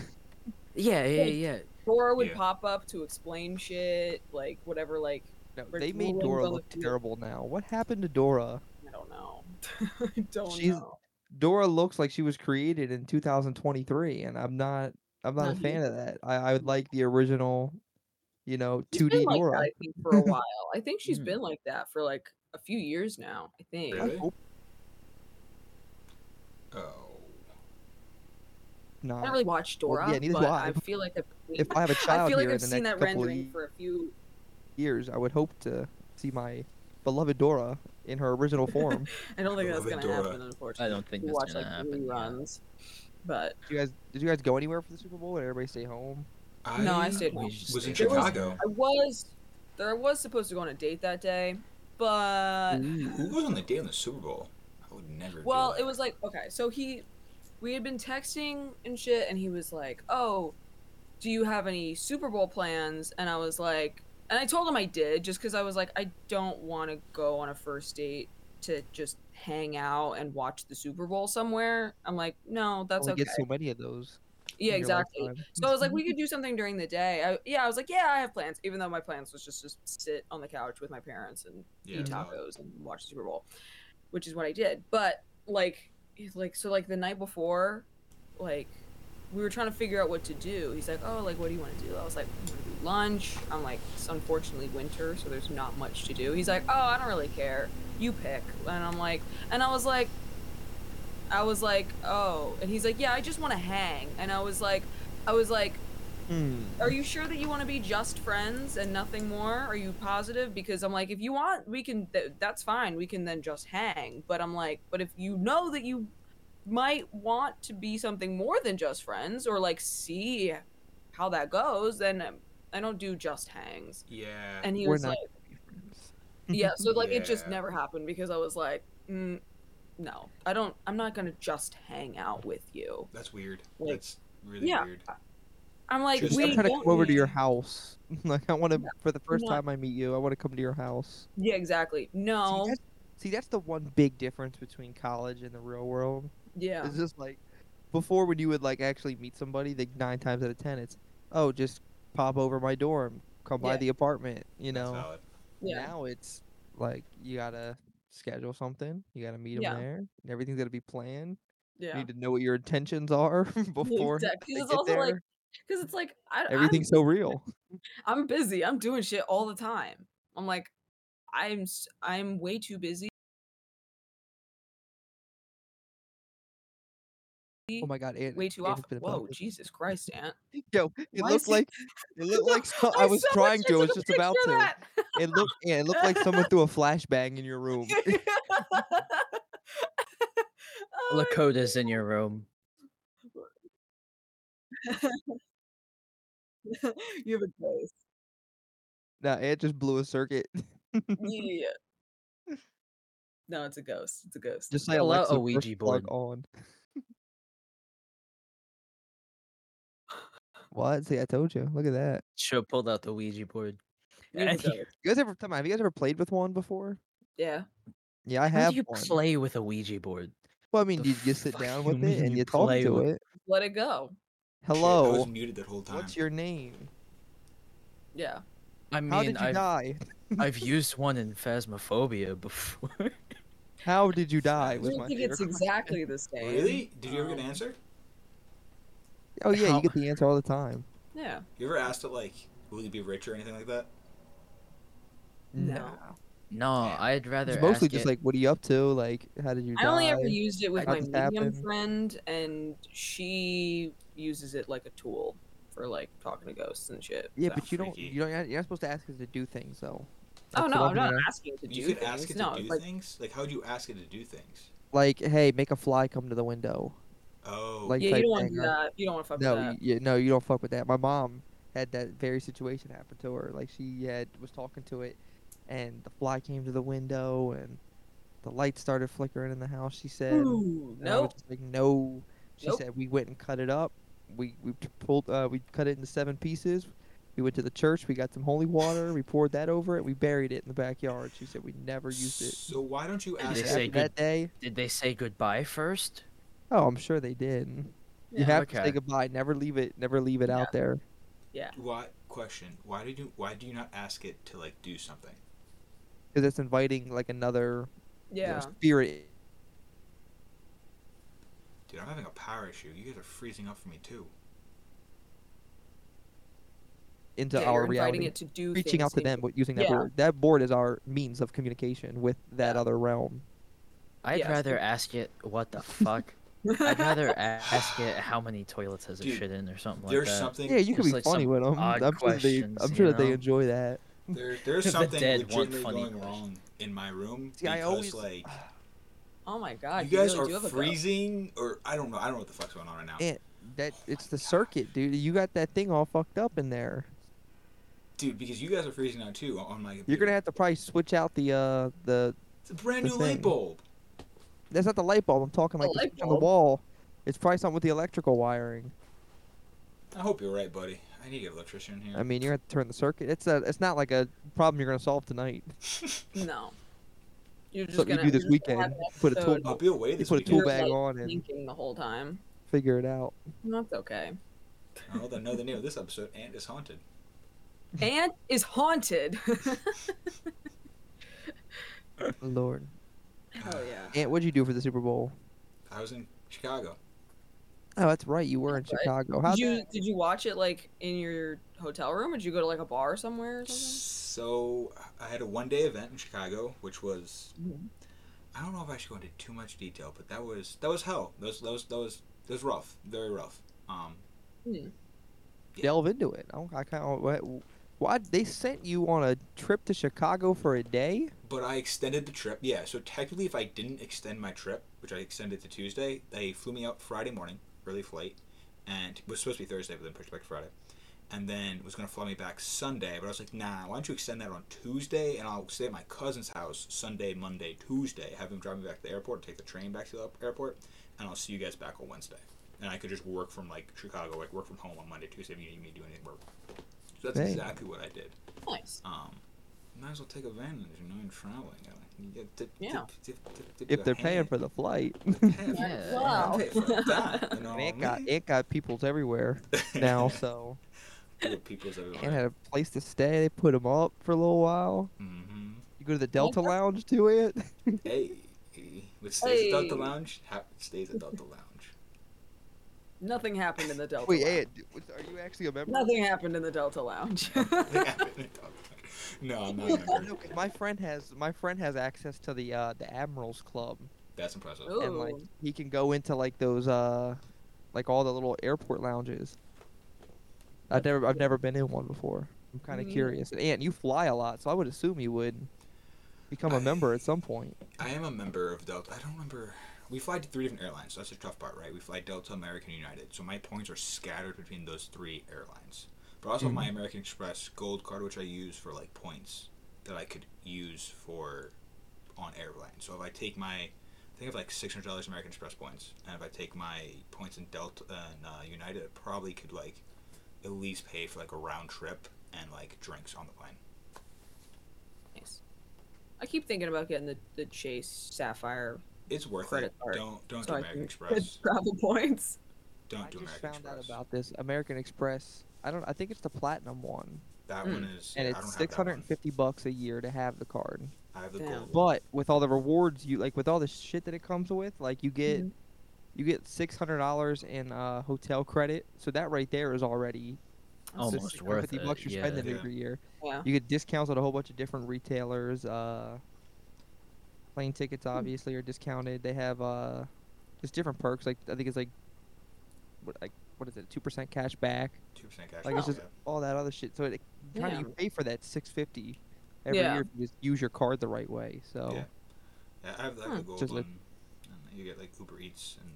Speaker 4: Yeah, yeah,
Speaker 2: Like,
Speaker 4: yeah.
Speaker 2: Dora would
Speaker 1: Yeah.
Speaker 2: pop up to explain shit, like whatever. Like
Speaker 3: No,
Speaker 2: Rick
Speaker 3: they made
Speaker 2: Rollins
Speaker 3: Dora
Speaker 2: on the
Speaker 3: look
Speaker 2: field.
Speaker 3: terrible now. What happened to Dora?
Speaker 2: I don't know. *laughs* I don't
Speaker 3: She's-
Speaker 2: know.
Speaker 3: Dora looks like she was created in 2023, and I'm not. I'm not a
Speaker 2: Not
Speaker 3: fan of that. I, I would like the original, you know,
Speaker 2: She's
Speaker 3: 2D
Speaker 2: been like
Speaker 3: Dora.
Speaker 2: that, I think
Speaker 3: *laughs*
Speaker 2: for a while. I think she's
Speaker 3: Hmm.
Speaker 4: Mm.
Speaker 2: been like that for like a few years now. I think.
Speaker 3: I
Speaker 1: Really?
Speaker 3: hope
Speaker 1: Oh.
Speaker 2: I
Speaker 3: not.
Speaker 2: haven't really watched
Speaker 3: Well,
Speaker 2: Dora,
Speaker 3: yeah, neither do
Speaker 2: but
Speaker 3: I.
Speaker 2: I feel like I've,
Speaker 3: *laughs* if I have a
Speaker 2: *laughs*
Speaker 3: child
Speaker 2: I feel like
Speaker 3: here
Speaker 2: I've
Speaker 3: in the
Speaker 2: seen
Speaker 3: next
Speaker 2: that
Speaker 3: couple of
Speaker 2: rendering for a few.
Speaker 3: years, I would hope to see my beloved Dora in her original form.
Speaker 2: I don't think
Speaker 1: I
Speaker 2: that's
Speaker 1: love
Speaker 2: gonna
Speaker 1: Dora.
Speaker 2: happen, unfortunately.
Speaker 4: I don't think
Speaker 2: We
Speaker 4: that's
Speaker 2: watch
Speaker 4: gonna
Speaker 2: like
Speaker 4: happen. yeah.
Speaker 2: reruns, but
Speaker 3: did you guys, did you guys go anywhere for the Super Bowl? Did everybody stay home?
Speaker 1: Oh, I
Speaker 2: No, I stayed
Speaker 4: We
Speaker 2: home.
Speaker 4: just
Speaker 1: was in
Speaker 4: stayed home.
Speaker 1: Chicago.
Speaker 2: I was there. I was supposed to go on a date that day, but
Speaker 1: Who goes on the day in the Super Bowl? I would never. do
Speaker 2: well,
Speaker 1: that.
Speaker 2: it was like okay. So he we had been texting and shit, and he was like, "Oh, do you have any Super Bowl plans?" And I was like, and I told him I did, just because I was like, I don't want to go on a first date to just hang out and watch the Super Bowl somewhere. I'm like, no, that's
Speaker 3: Only
Speaker 2: okay.
Speaker 3: get so many of those.
Speaker 2: yeah,
Speaker 3: in your
Speaker 2: exactly.
Speaker 3: lifetime.
Speaker 2: So I was like, we could do something during the day. I, yeah, I was like, yeah, I have plans, even though my plans was just just sit on the couch with my parents and
Speaker 1: Yeah.
Speaker 2: eat
Speaker 1: no.
Speaker 2: tacos and watch the Super Bowl, which is what I did. But like, he's like so like the night before, like we were trying to figure out what to do. He's like, oh, like what do you want to do? I was like, I want to do lunch. I'm like, it's unfortunately winter, so there's not much to do. He's like, oh, I don't really care. You pick. And I'm like, and I was like, I was like, oh, and he's like, yeah, I just want to hang. And I was like, I was like,
Speaker 3: Hmm.
Speaker 2: are you sure that you want to be just friends and nothing more? Are you positive? Because I'm like, if you want, we can. Th- that's fine. We can then just hang. But I'm like, but if you know that you might want to be something more than just friends, or like see how that goes, then um, I don't do just hangs.
Speaker 1: Yeah.
Speaker 2: And he
Speaker 3: We're
Speaker 2: was
Speaker 3: not
Speaker 2: like,
Speaker 3: *laughs* gonna be friends.
Speaker 2: yeah. So like, it just
Speaker 1: Yeah.
Speaker 2: never happened because I was like, mm, no, I don't. I'm not gonna just hang out with you.
Speaker 1: That's weird.
Speaker 2: Like-
Speaker 1: That's really
Speaker 2: Yeah.
Speaker 1: weird.
Speaker 2: I'm like,
Speaker 1: Just-
Speaker 2: we
Speaker 3: I'm trying to
Speaker 2: don't
Speaker 3: come over to
Speaker 2: need-
Speaker 3: your house. *laughs* like I want to, for the first
Speaker 2: no.
Speaker 3: time I meet you, I want to come to your house.
Speaker 2: Yeah, exactly. No.
Speaker 3: See, that's, see, that's the one big difference between college and the real world.
Speaker 2: yeah.
Speaker 3: It's just like before when you would like actually meet somebody, like nine times out of ten, it's oh just pop over my dorm, come by
Speaker 2: Yeah.
Speaker 3: the apartment, you
Speaker 1: That's
Speaker 3: know.
Speaker 1: valid.
Speaker 2: Yeah.
Speaker 3: Now it's like you gotta schedule something, you gotta meet them
Speaker 2: Yeah.
Speaker 3: there, and everything's gonna be planned.
Speaker 2: Yeah.
Speaker 3: You need to know what your
Speaker 2: *laughs*
Speaker 3: intentions are *laughs* before
Speaker 2: exactly.
Speaker 3: they
Speaker 2: It's
Speaker 3: get
Speaker 2: also,
Speaker 3: there.
Speaker 2: like, *laughs* Because it's like I,
Speaker 3: Everything's so real.
Speaker 2: I'm, I'm busy. I'm doing shit all the time. I'm like, I'm s- I'm way too busy.
Speaker 3: Oh
Speaker 2: *laughs*
Speaker 3: my god, Ant,
Speaker 2: Way too
Speaker 3: Ant has
Speaker 2: often.
Speaker 3: been about
Speaker 2: Whoa,
Speaker 3: to-
Speaker 2: Jesus Christ, Aunt!
Speaker 3: Yo, it
Speaker 2: Why is
Speaker 3: looked
Speaker 2: he- *laughs*
Speaker 3: like it looked
Speaker 2: No,
Speaker 3: like so- I was
Speaker 2: so much
Speaker 3: trying to. I was
Speaker 2: took a
Speaker 3: just
Speaker 2: picture
Speaker 3: about
Speaker 2: of
Speaker 3: to. *laughs*
Speaker 2: that. *laughs*
Speaker 3: It looked, yeah, it looked like someone threw a flashbang in
Speaker 2: *laughs*
Speaker 3: your room.
Speaker 2: Oh my
Speaker 4: Lakota's in your room.
Speaker 2: God, you have a ghost.
Speaker 3: Nah, Ant just blew a circuit. *laughs* Mm-hmm.
Speaker 2: Yeah. No, it's a ghost. It's a ghost.
Speaker 3: Just like
Speaker 4: Allow
Speaker 3: Alexa,
Speaker 4: a
Speaker 3: first
Speaker 4: Ouija
Speaker 3: plug
Speaker 4: board.
Speaker 3: on.
Speaker 2: *laughs*
Speaker 3: what? See, I told you. Look at that.
Speaker 4: Should have pulled out the Ouija board.
Speaker 2: We have a
Speaker 3: *laughs*
Speaker 4: And you-
Speaker 2: ghost.
Speaker 3: You guys ever? Come on, have you guys ever played with one before?
Speaker 2: Yeah.
Speaker 3: Yeah, I
Speaker 4: How
Speaker 3: have.
Speaker 4: do you
Speaker 3: one.
Speaker 4: play with a Ouija board?
Speaker 3: well, I mean,
Speaker 4: the
Speaker 3: you just sit
Speaker 4: fuck
Speaker 3: down
Speaker 4: *laughs* you
Speaker 3: with it
Speaker 4: mean
Speaker 3: and
Speaker 4: you
Speaker 3: you talk
Speaker 4: play
Speaker 3: to
Speaker 4: with-
Speaker 3: it.
Speaker 2: Let it go.
Speaker 1: Shit, I was
Speaker 3: Hello,
Speaker 1: muted that whole time.
Speaker 3: what's your name?
Speaker 2: Yeah.
Speaker 4: I
Speaker 3: How did
Speaker 4: mean,
Speaker 3: you
Speaker 4: I've,
Speaker 3: die?
Speaker 4: I've used one in Phasmophobia before. *laughs*
Speaker 3: How did you die?
Speaker 2: I
Speaker 3: Was
Speaker 2: don't
Speaker 3: my
Speaker 2: think it's
Speaker 3: favorite- *laughs*
Speaker 2: exactly the same.
Speaker 1: Really? Did you ever get an
Speaker 2: Um,
Speaker 1: answer?
Speaker 3: Oh yeah,
Speaker 4: How-
Speaker 3: you get
Speaker 4: *laughs*
Speaker 3: the answer all the time.
Speaker 2: Yeah.
Speaker 1: You ever asked it like, will you be rich or anything like that?
Speaker 2: No.
Speaker 3: Nah.
Speaker 4: No,
Speaker 1: Damn.
Speaker 4: I'd rather.
Speaker 3: It's mostly
Speaker 4: ask
Speaker 3: just
Speaker 4: it-
Speaker 3: like, what are you up to? Like, how did you
Speaker 2: I
Speaker 3: die?
Speaker 2: only ever used it with
Speaker 3: How
Speaker 2: my
Speaker 3: did
Speaker 2: medium
Speaker 3: this happen?
Speaker 2: friend, and she uses it like a tool for like talking to ghosts and shit.
Speaker 3: yeah,
Speaker 2: so.
Speaker 3: but you don't.
Speaker 1: freaky.
Speaker 3: You don't. You're not supposed to ask us to do things
Speaker 2: oh
Speaker 3: though. That's the
Speaker 2: no,
Speaker 3: one
Speaker 2: I'm
Speaker 3: thing
Speaker 2: not
Speaker 3: I-
Speaker 2: asking to do
Speaker 1: you could
Speaker 2: things.
Speaker 1: ask it to
Speaker 2: no,
Speaker 1: do
Speaker 2: like
Speaker 1: things. Like, how would you ask it to do things?
Speaker 3: Like, hey, make a fly come to the window.
Speaker 1: Oh,
Speaker 3: Like-
Speaker 2: yeah, you
Speaker 3: type
Speaker 2: don't want to
Speaker 3: thing,
Speaker 2: do
Speaker 3: right?
Speaker 2: that. You don't want to fuck
Speaker 3: No,
Speaker 2: with
Speaker 3: y
Speaker 2: that.
Speaker 3: yeah, no, you don't fuck with that. My mom had that very situation happen to her. Like, she had was talking to it, and the fly came to the window, and the lights started flickering in the house. She said,
Speaker 2: Ooh,
Speaker 3: And I was
Speaker 2: nope.
Speaker 3: just like, no. She
Speaker 2: Nope.
Speaker 3: said we went and cut it up. We we t- pulled uh, we cut it into seven pieces. We went to the church. We got some holy water. we poured that over it. We buried it in the backyard. She said we never used it.
Speaker 1: so why don't you
Speaker 4: Did
Speaker 1: ask
Speaker 4: they
Speaker 3: After
Speaker 1: it?
Speaker 4: say good-
Speaker 3: that day,
Speaker 4: Did they say goodbye first?
Speaker 3: oh, I'm sure they did. You
Speaker 2: Yeah,
Speaker 3: have to say
Speaker 4: okay.
Speaker 3: goodbye. Never leave it. Never leave it
Speaker 2: Yeah.
Speaker 3: out there.
Speaker 1: Why? Question. Why did you? Why do you not ask it to like do something?
Speaker 3: Because it's inviting like another you know,
Speaker 2: Yeah.
Speaker 3: spirit.
Speaker 1: Dude, I'm having a power issue. You guys are freezing up for me too.
Speaker 3: Into
Speaker 2: yeah,
Speaker 3: our
Speaker 2: you're inviting
Speaker 3: reality,
Speaker 2: it to do
Speaker 3: reaching out to
Speaker 2: things,
Speaker 3: them with- using that
Speaker 2: Yeah.
Speaker 3: board. That board is our means of communication with that
Speaker 2: Yeah.
Speaker 3: other realm.
Speaker 4: I'd
Speaker 2: Yes.
Speaker 4: rather ask it what *laughs* the fuck.
Speaker 2: *laughs* things-
Speaker 4: I'd rather a- ask it how many toilets has it
Speaker 1: Dude,
Speaker 4: shit in or something like
Speaker 1: There's
Speaker 4: that.
Speaker 1: something.
Speaker 3: Yeah, you can
Speaker 4: Just,
Speaker 3: be
Speaker 4: like,
Speaker 3: funny
Speaker 4: some
Speaker 3: with them.
Speaker 4: odd
Speaker 3: I'm sure, they,
Speaker 4: questions,
Speaker 3: I'm
Speaker 4: you
Speaker 3: sure that they
Speaker 4: know?
Speaker 3: enjoy that.
Speaker 1: There, there's
Speaker 4: The
Speaker 1: something
Speaker 4: dead want
Speaker 1: legitimately
Speaker 4: funny
Speaker 1: going
Speaker 4: questions.
Speaker 1: wrong in my room
Speaker 3: See, I
Speaker 1: because
Speaker 3: always-
Speaker 1: like
Speaker 2: Oh my god,
Speaker 1: you guys
Speaker 2: really do
Speaker 1: are
Speaker 2: have a ghost.
Speaker 1: freezing, or I don't know. I don't know what the fuck's going on right now,
Speaker 3: And *sighs* that it's the circuit, dude. You got that thing all fucked up in there.
Speaker 1: dude. Because you guys are freezing now too on my. Computer.
Speaker 3: You're gonna have to probably switch out the uh the.
Speaker 1: It's a brand
Speaker 3: the
Speaker 1: new
Speaker 3: thing.
Speaker 1: light bulb.
Speaker 3: That's not the light bulb. I'm talking
Speaker 2: The
Speaker 3: like the
Speaker 2: light
Speaker 3: switch on the
Speaker 2: bulb?
Speaker 3: wall. It's probably something with the electrical wiring.
Speaker 1: I hope you're right, buddy. I need an electrician here.
Speaker 3: I mean, you're gonna have to turn the circuit. It's a. It's not like a problem you're gonna solve tonight. *laughs*
Speaker 2: No. You're just
Speaker 3: Something you
Speaker 2: gonna
Speaker 3: do this
Speaker 2: you're just gonna have
Speaker 3: weekend,
Speaker 2: an
Speaker 3: put a tool-
Speaker 2: episode
Speaker 1: I'll be away
Speaker 3: You
Speaker 1: this
Speaker 3: put a
Speaker 1: weekend.
Speaker 3: tool
Speaker 2: You're,
Speaker 3: bag
Speaker 2: like,
Speaker 3: on and
Speaker 2: thinking the whole time.
Speaker 3: figure it out.
Speaker 2: That's okay.
Speaker 1: I'll let know the name of this episode. Ant is haunted.
Speaker 2: Ant is haunted. *laughs*
Speaker 3: Lord.
Speaker 2: Hell yeah.
Speaker 3: Ant, what'd you do for the Super Bowl?
Speaker 1: *sighs* I was in Chicago.
Speaker 3: Oh, that's right. You were in
Speaker 2: That's right.
Speaker 3: Chicago. How
Speaker 2: Did you did you watch it like in your hotel room? Or did you go to like a bar somewhere or something?
Speaker 1: So I had a one day event in Chicago, which was
Speaker 2: Mhm.
Speaker 1: I don't know if I should go into too much detail, but that was that was hell. That was that was that was, that was rough, very rough. Um, Yeah.
Speaker 3: delve into it? I, don't- I kind of. Why they sent you on a trip to Chicago for a day?
Speaker 1: but I extended the trip. Yeah, so technically, if I didn't extend my trip, which I extended to Tuesday, they flew me out Friday morning, early flight, and it was supposed to be Thursday, but then pushed back to Friday, and then was gonna fly me back Sunday. But I was like, nah, why don't you extend that on Tuesday, and I'll stay at my cousin's house Sunday, Monday, Tuesday, have him drive me back to the airport, take the train back to the airport, and I'll see you guys back on Wednesday. And I could just work from like Chicago, like work from home on Monday, Tuesday if you need me to do any work. So that's
Speaker 3: Dang.
Speaker 1: exactly what I did.
Speaker 2: Nice.
Speaker 1: Um, might as well take advantage, you know, in traveling. I mean, uh, you get dip-
Speaker 2: Yeah.
Speaker 1: dip- dip- dip- dip
Speaker 3: If
Speaker 1: your
Speaker 3: they're
Speaker 1: *laughs*
Speaker 3: paying
Speaker 1: hand.
Speaker 3: for the flight,
Speaker 1: Pay
Speaker 2: *laughs*
Speaker 1: for
Speaker 4: Yeah.
Speaker 1: it.
Speaker 2: Wow.
Speaker 1: Pay for it. Damn,
Speaker 3: *laughs*
Speaker 1: you know what I
Speaker 3: Ant got
Speaker 1: mean?
Speaker 3: Ant got
Speaker 2: *laughs*
Speaker 3: peoples everywhere
Speaker 1: *laughs*
Speaker 3: now, so
Speaker 1: Little peoples
Speaker 3: Ant
Speaker 1: everywhere.
Speaker 3: had a place to stay. They put him up for a little while.
Speaker 1: hmm
Speaker 3: You go to the Delta Lounge to it.
Speaker 1: Hey, which stays at Delta
Speaker 2: Hey.
Speaker 1: Lounge, ha- stays at Delta
Speaker 2: *laughs*
Speaker 1: Lounge. *laughs*
Speaker 2: Nothing happened in the Delta
Speaker 3: Wait,
Speaker 2: Lounge.
Speaker 3: Ant, what- are you actually a member?
Speaker 2: Nothing happened in the Delta Lounge. *laughs*
Speaker 1: Nothing happened at Delta Lounge. No, I'm not. a member.
Speaker 3: No, 'cause my friend has my friend has access to the uh, the Admirals Club.
Speaker 1: That's impressive.
Speaker 2: Ooh.
Speaker 3: and like
Speaker 2: Ooh.
Speaker 3: he can go into like those uh like all the little airport lounges. I've never I've never been in one before. I'm kind of
Speaker 2: Me neither.
Speaker 3: curious. And Ant, you fly a lot, so I would assume you would become a member at some point.
Speaker 1: I am a member of Delta. I don't remember. We fly to three different airlines, so that's the tough part, right? We fly Delta, American, United. So my points are scattered between those three airlines. But also my
Speaker 2: Mm-hmm.
Speaker 1: American Express Gold card, which I use for like points that I could use for on airlines. So if I take my, I think I have like six hundred dollars American Express points, and if I take my points in Delta and uh, United, I probably could like at least pay for like a round trip and like drinks on the plane.
Speaker 2: Nice. I keep thinking about getting the, the Chase Sapphire
Speaker 1: It's worth
Speaker 2: Credit
Speaker 1: it.
Speaker 2: card.
Speaker 1: Don't don't
Speaker 2: so I
Speaker 1: do American
Speaker 2: can *laughs*
Speaker 1: Express.
Speaker 2: travel points.
Speaker 1: Don't
Speaker 3: I
Speaker 1: do American
Speaker 3: just found
Speaker 1: Express.
Speaker 3: out about this American Express. I don't. I think it's the platinum one,
Speaker 1: That
Speaker 2: Mm.
Speaker 1: one is.
Speaker 3: and
Speaker 1: yeah, I don't
Speaker 3: it's
Speaker 1: have that
Speaker 3: six hundred
Speaker 1: one.
Speaker 3: and fifty bucks a year to have the card.
Speaker 1: I have the
Speaker 2: Damn.
Speaker 1: gold. one.
Speaker 3: But with all the rewards, you like with all the shit that it comes with, like you get, you get six hundred dollars in uh, hotel credit. So that right there is already
Speaker 4: Almost
Speaker 3: It's just
Speaker 4: worth
Speaker 3: 50
Speaker 4: it,
Speaker 3: bucks you're
Speaker 4: yeah.
Speaker 3: spending
Speaker 1: Yeah.
Speaker 3: every year.
Speaker 2: Yeah.
Speaker 3: You get discounts at a whole bunch of different retailers. Uh, plane tickets
Speaker 2: Hmm.
Speaker 3: obviously are discounted. They have uh, just different perks. Like I think it's like what like what is it? Two percent cash back.
Speaker 1: two percent cash.
Speaker 3: Like it's
Speaker 1: back,
Speaker 3: just all that other shit. So it kind
Speaker 2: Oh. Yeah.
Speaker 3: of you pay for that six fifty every
Speaker 2: Yeah.
Speaker 3: year if you just use your card the right way. So
Speaker 1: Yeah. yeah. Yeah, I have, I have the
Speaker 2: Hmm.
Speaker 1: gold
Speaker 3: Just
Speaker 1: one.
Speaker 3: like-
Speaker 1: and you get like Uber Eats and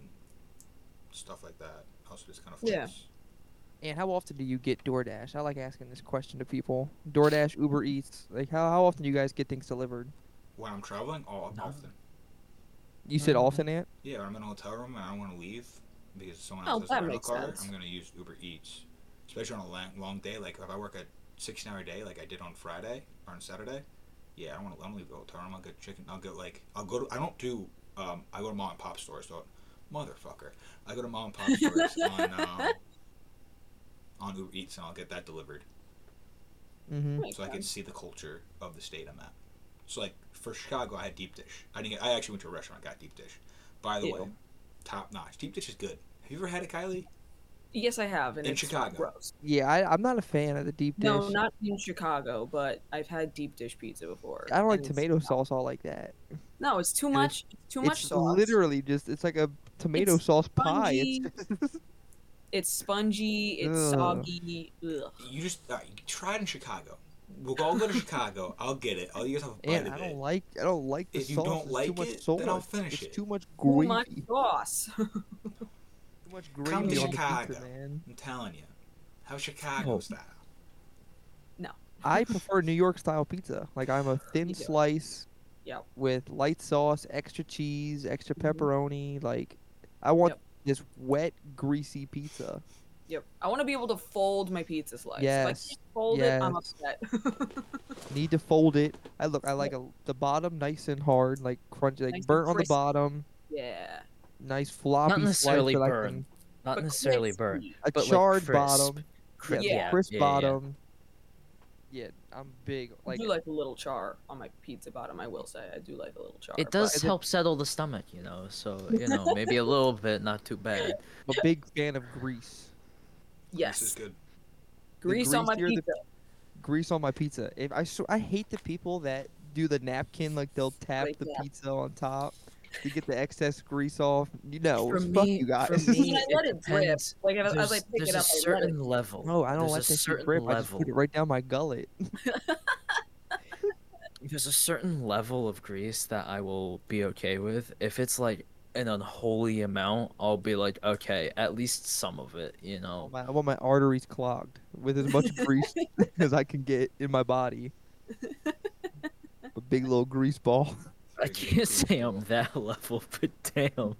Speaker 1: stuff like that. Also, just kind of
Speaker 2: Yeah.
Speaker 3: and how often do you get DoorDash? I like asking this question to people. DoorDash, Uber Eats, like how, how often do you guys get things delivered?
Speaker 1: When I'm traveling, all
Speaker 4: No.
Speaker 1: often.
Speaker 3: You said
Speaker 2: Mm-hmm.
Speaker 4: Mm.
Speaker 3: often, Ant?
Speaker 1: Yeah, when I'm in a hotel room and I don't want to leave because someone
Speaker 2: Oh,
Speaker 1: else has a
Speaker 2: that
Speaker 1: rental
Speaker 2: makes
Speaker 1: car,
Speaker 2: sense.
Speaker 1: I'm gonna use Uber Eats. Especially on a long, long day, like if I work a sixteen-hour day, like I did on Friday or on Saturday. Yeah, I don't want to. I don't leave the hotel room. I'll get chicken. I'll get like. I'll go to. I don't do. Um, I go to mom and pop stores. So, motherfucker, I go to mom and pop
Speaker 2: *laughs*
Speaker 1: stores on um, on Uber Eats and I'll get that delivered
Speaker 3: Mm-hmm.
Speaker 2: Makes
Speaker 1: so I can
Speaker 2: sense.
Speaker 1: see the culture of the state I'm at. So like for Chicago, I had deep dish. I didn't. Get, I actually went to a restaurant, and got deep dish. By the way,
Speaker 2: Ew.
Speaker 1: top notch. Deep dish is good. Have you ever had it, Kylie?
Speaker 2: Yes, I have. And
Speaker 1: In
Speaker 2: it's
Speaker 1: Chicago.
Speaker 2: Gross.
Speaker 3: Yeah, I, I'm not a fan of the deep dish.
Speaker 2: No, not in Chicago, but I've had deep dish pizza before.
Speaker 3: I don't like
Speaker 2: and it's-
Speaker 3: tomato sauce all like that.
Speaker 2: No, it's too
Speaker 3: And it's-
Speaker 2: much. It's too much
Speaker 3: it's
Speaker 2: sauce.
Speaker 3: literally just it's like a tomato
Speaker 2: It's
Speaker 3: sauce pie. It's
Speaker 2: spongy. *laughs* It's spongy. It's
Speaker 3: Ugh.
Speaker 2: soggy. Ugg.
Speaker 1: You just uh, you try it in Chicago. We'll all go to Chicago. I'll get it. I'll you guys have a bite
Speaker 3: and I
Speaker 1: of it.
Speaker 3: don't like I don't like the
Speaker 1: If you
Speaker 3: sauce.
Speaker 1: don't
Speaker 3: it's
Speaker 1: like
Speaker 3: too much
Speaker 1: it,
Speaker 3: sauce.
Speaker 1: then I'll finish
Speaker 3: it's
Speaker 1: it.
Speaker 3: too much
Speaker 2: Too
Speaker 3: gravy.
Speaker 2: much sauce.
Speaker 3: Too much
Speaker 1: to
Speaker 3: gravy on the
Speaker 1: Chicago.
Speaker 3: pizza, man.
Speaker 1: I'm telling you, how Chicago
Speaker 4: Oh.
Speaker 1: style.
Speaker 3: I prefer New York style pizza. Like I'm a thin
Speaker 2: Me too.
Speaker 3: slice.
Speaker 2: Yep.
Speaker 3: With light sauce, extra cheese, extra
Speaker 2: Mhm.
Speaker 3: pepperoni. Like I want
Speaker 2: Yep.
Speaker 3: this wet, greasy pizza.
Speaker 2: *laughs* Yep. I want to be able to fold my pizza slice. If
Speaker 3: Yes.
Speaker 2: I can't fold it, I'm
Speaker 3: Yes.
Speaker 2: upset. *laughs*
Speaker 3: Need to fold it. I look. I like a, the bottom nice and hard, like crunchy, like
Speaker 2: Nice and
Speaker 3: burnt on the
Speaker 2: crisp.
Speaker 3: bottom,
Speaker 2: yeah.
Speaker 3: nice floppy
Speaker 4: necessarily
Speaker 3: slice, that I
Speaker 4: burnt,
Speaker 3: can-
Speaker 4: Not
Speaker 2: But
Speaker 4: necessarily
Speaker 2: crispy.
Speaker 4: burnt.
Speaker 3: a
Speaker 4: but, like,
Speaker 3: charred
Speaker 4: crisp.
Speaker 3: bottom, yeah,
Speaker 4: Cri-
Speaker 3: the
Speaker 2: yeah,
Speaker 3: crisp
Speaker 4: yeah, yeah.
Speaker 3: bottom. Yeah. I'm big.
Speaker 2: I
Speaker 3: Like
Speaker 2: do like a little char on my pizza bottom. I will say I do like a little char.
Speaker 4: It
Speaker 2: but-
Speaker 4: does
Speaker 3: is it-
Speaker 4: help settle the stomach, you know. So you know,
Speaker 3: *laughs*
Speaker 4: maybe a little bit, not too bad.
Speaker 3: I'm a big fan of grease.
Speaker 1: This is
Speaker 2: Yes.
Speaker 1: good.
Speaker 2: Grease on my
Speaker 3: greasier the-
Speaker 2: pizza.
Speaker 3: Grease on my pizza. If I sw- I hate the people that do the napkin like they'll tap
Speaker 2: Like,
Speaker 3: the
Speaker 2: yeah.
Speaker 3: pizza on top to get the excess grease off. You know,
Speaker 4: For
Speaker 3: fuck
Speaker 4: me-
Speaker 3: you guys.
Speaker 4: for
Speaker 2: Because
Speaker 4: me-
Speaker 2: I let it drip.
Speaker 4: it depends.
Speaker 2: Like as,
Speaker 4: There's,
Speaker 2: as *laughs* I pick
Speaker 4: there's
Speaker 2: it
Speaker 4: a
Speaker 2: up, I let
Speaker 4: certain
Speaker 2: it.
Speaker 3: *laughs*
Speaker 4: level.
Speaker 3: No, I don't
Speaker 4: there's
Speaker 3: let
Speaker 4: a
Speaker 3: that shit
Speaker 4: certain
Speaker 3: rip. I just
Speaker 4: level.
Speaker 3: put it right down my gullet.
Speaker 4: There's a certain level of grease that I will be okay with. If it's like an unholy amount, I'll be like, okay, at least some of it, you
Speaker 3: I
Speaker 4: know.
Speaker 3: want my- I want my arteries clogged with as much
Speaker 2: *laughs*
Speaker 3: grease *laughs* as I can get in my body. A big little grease ball.
Speaker 4: I can't say I'm that level, *laughs* but damn,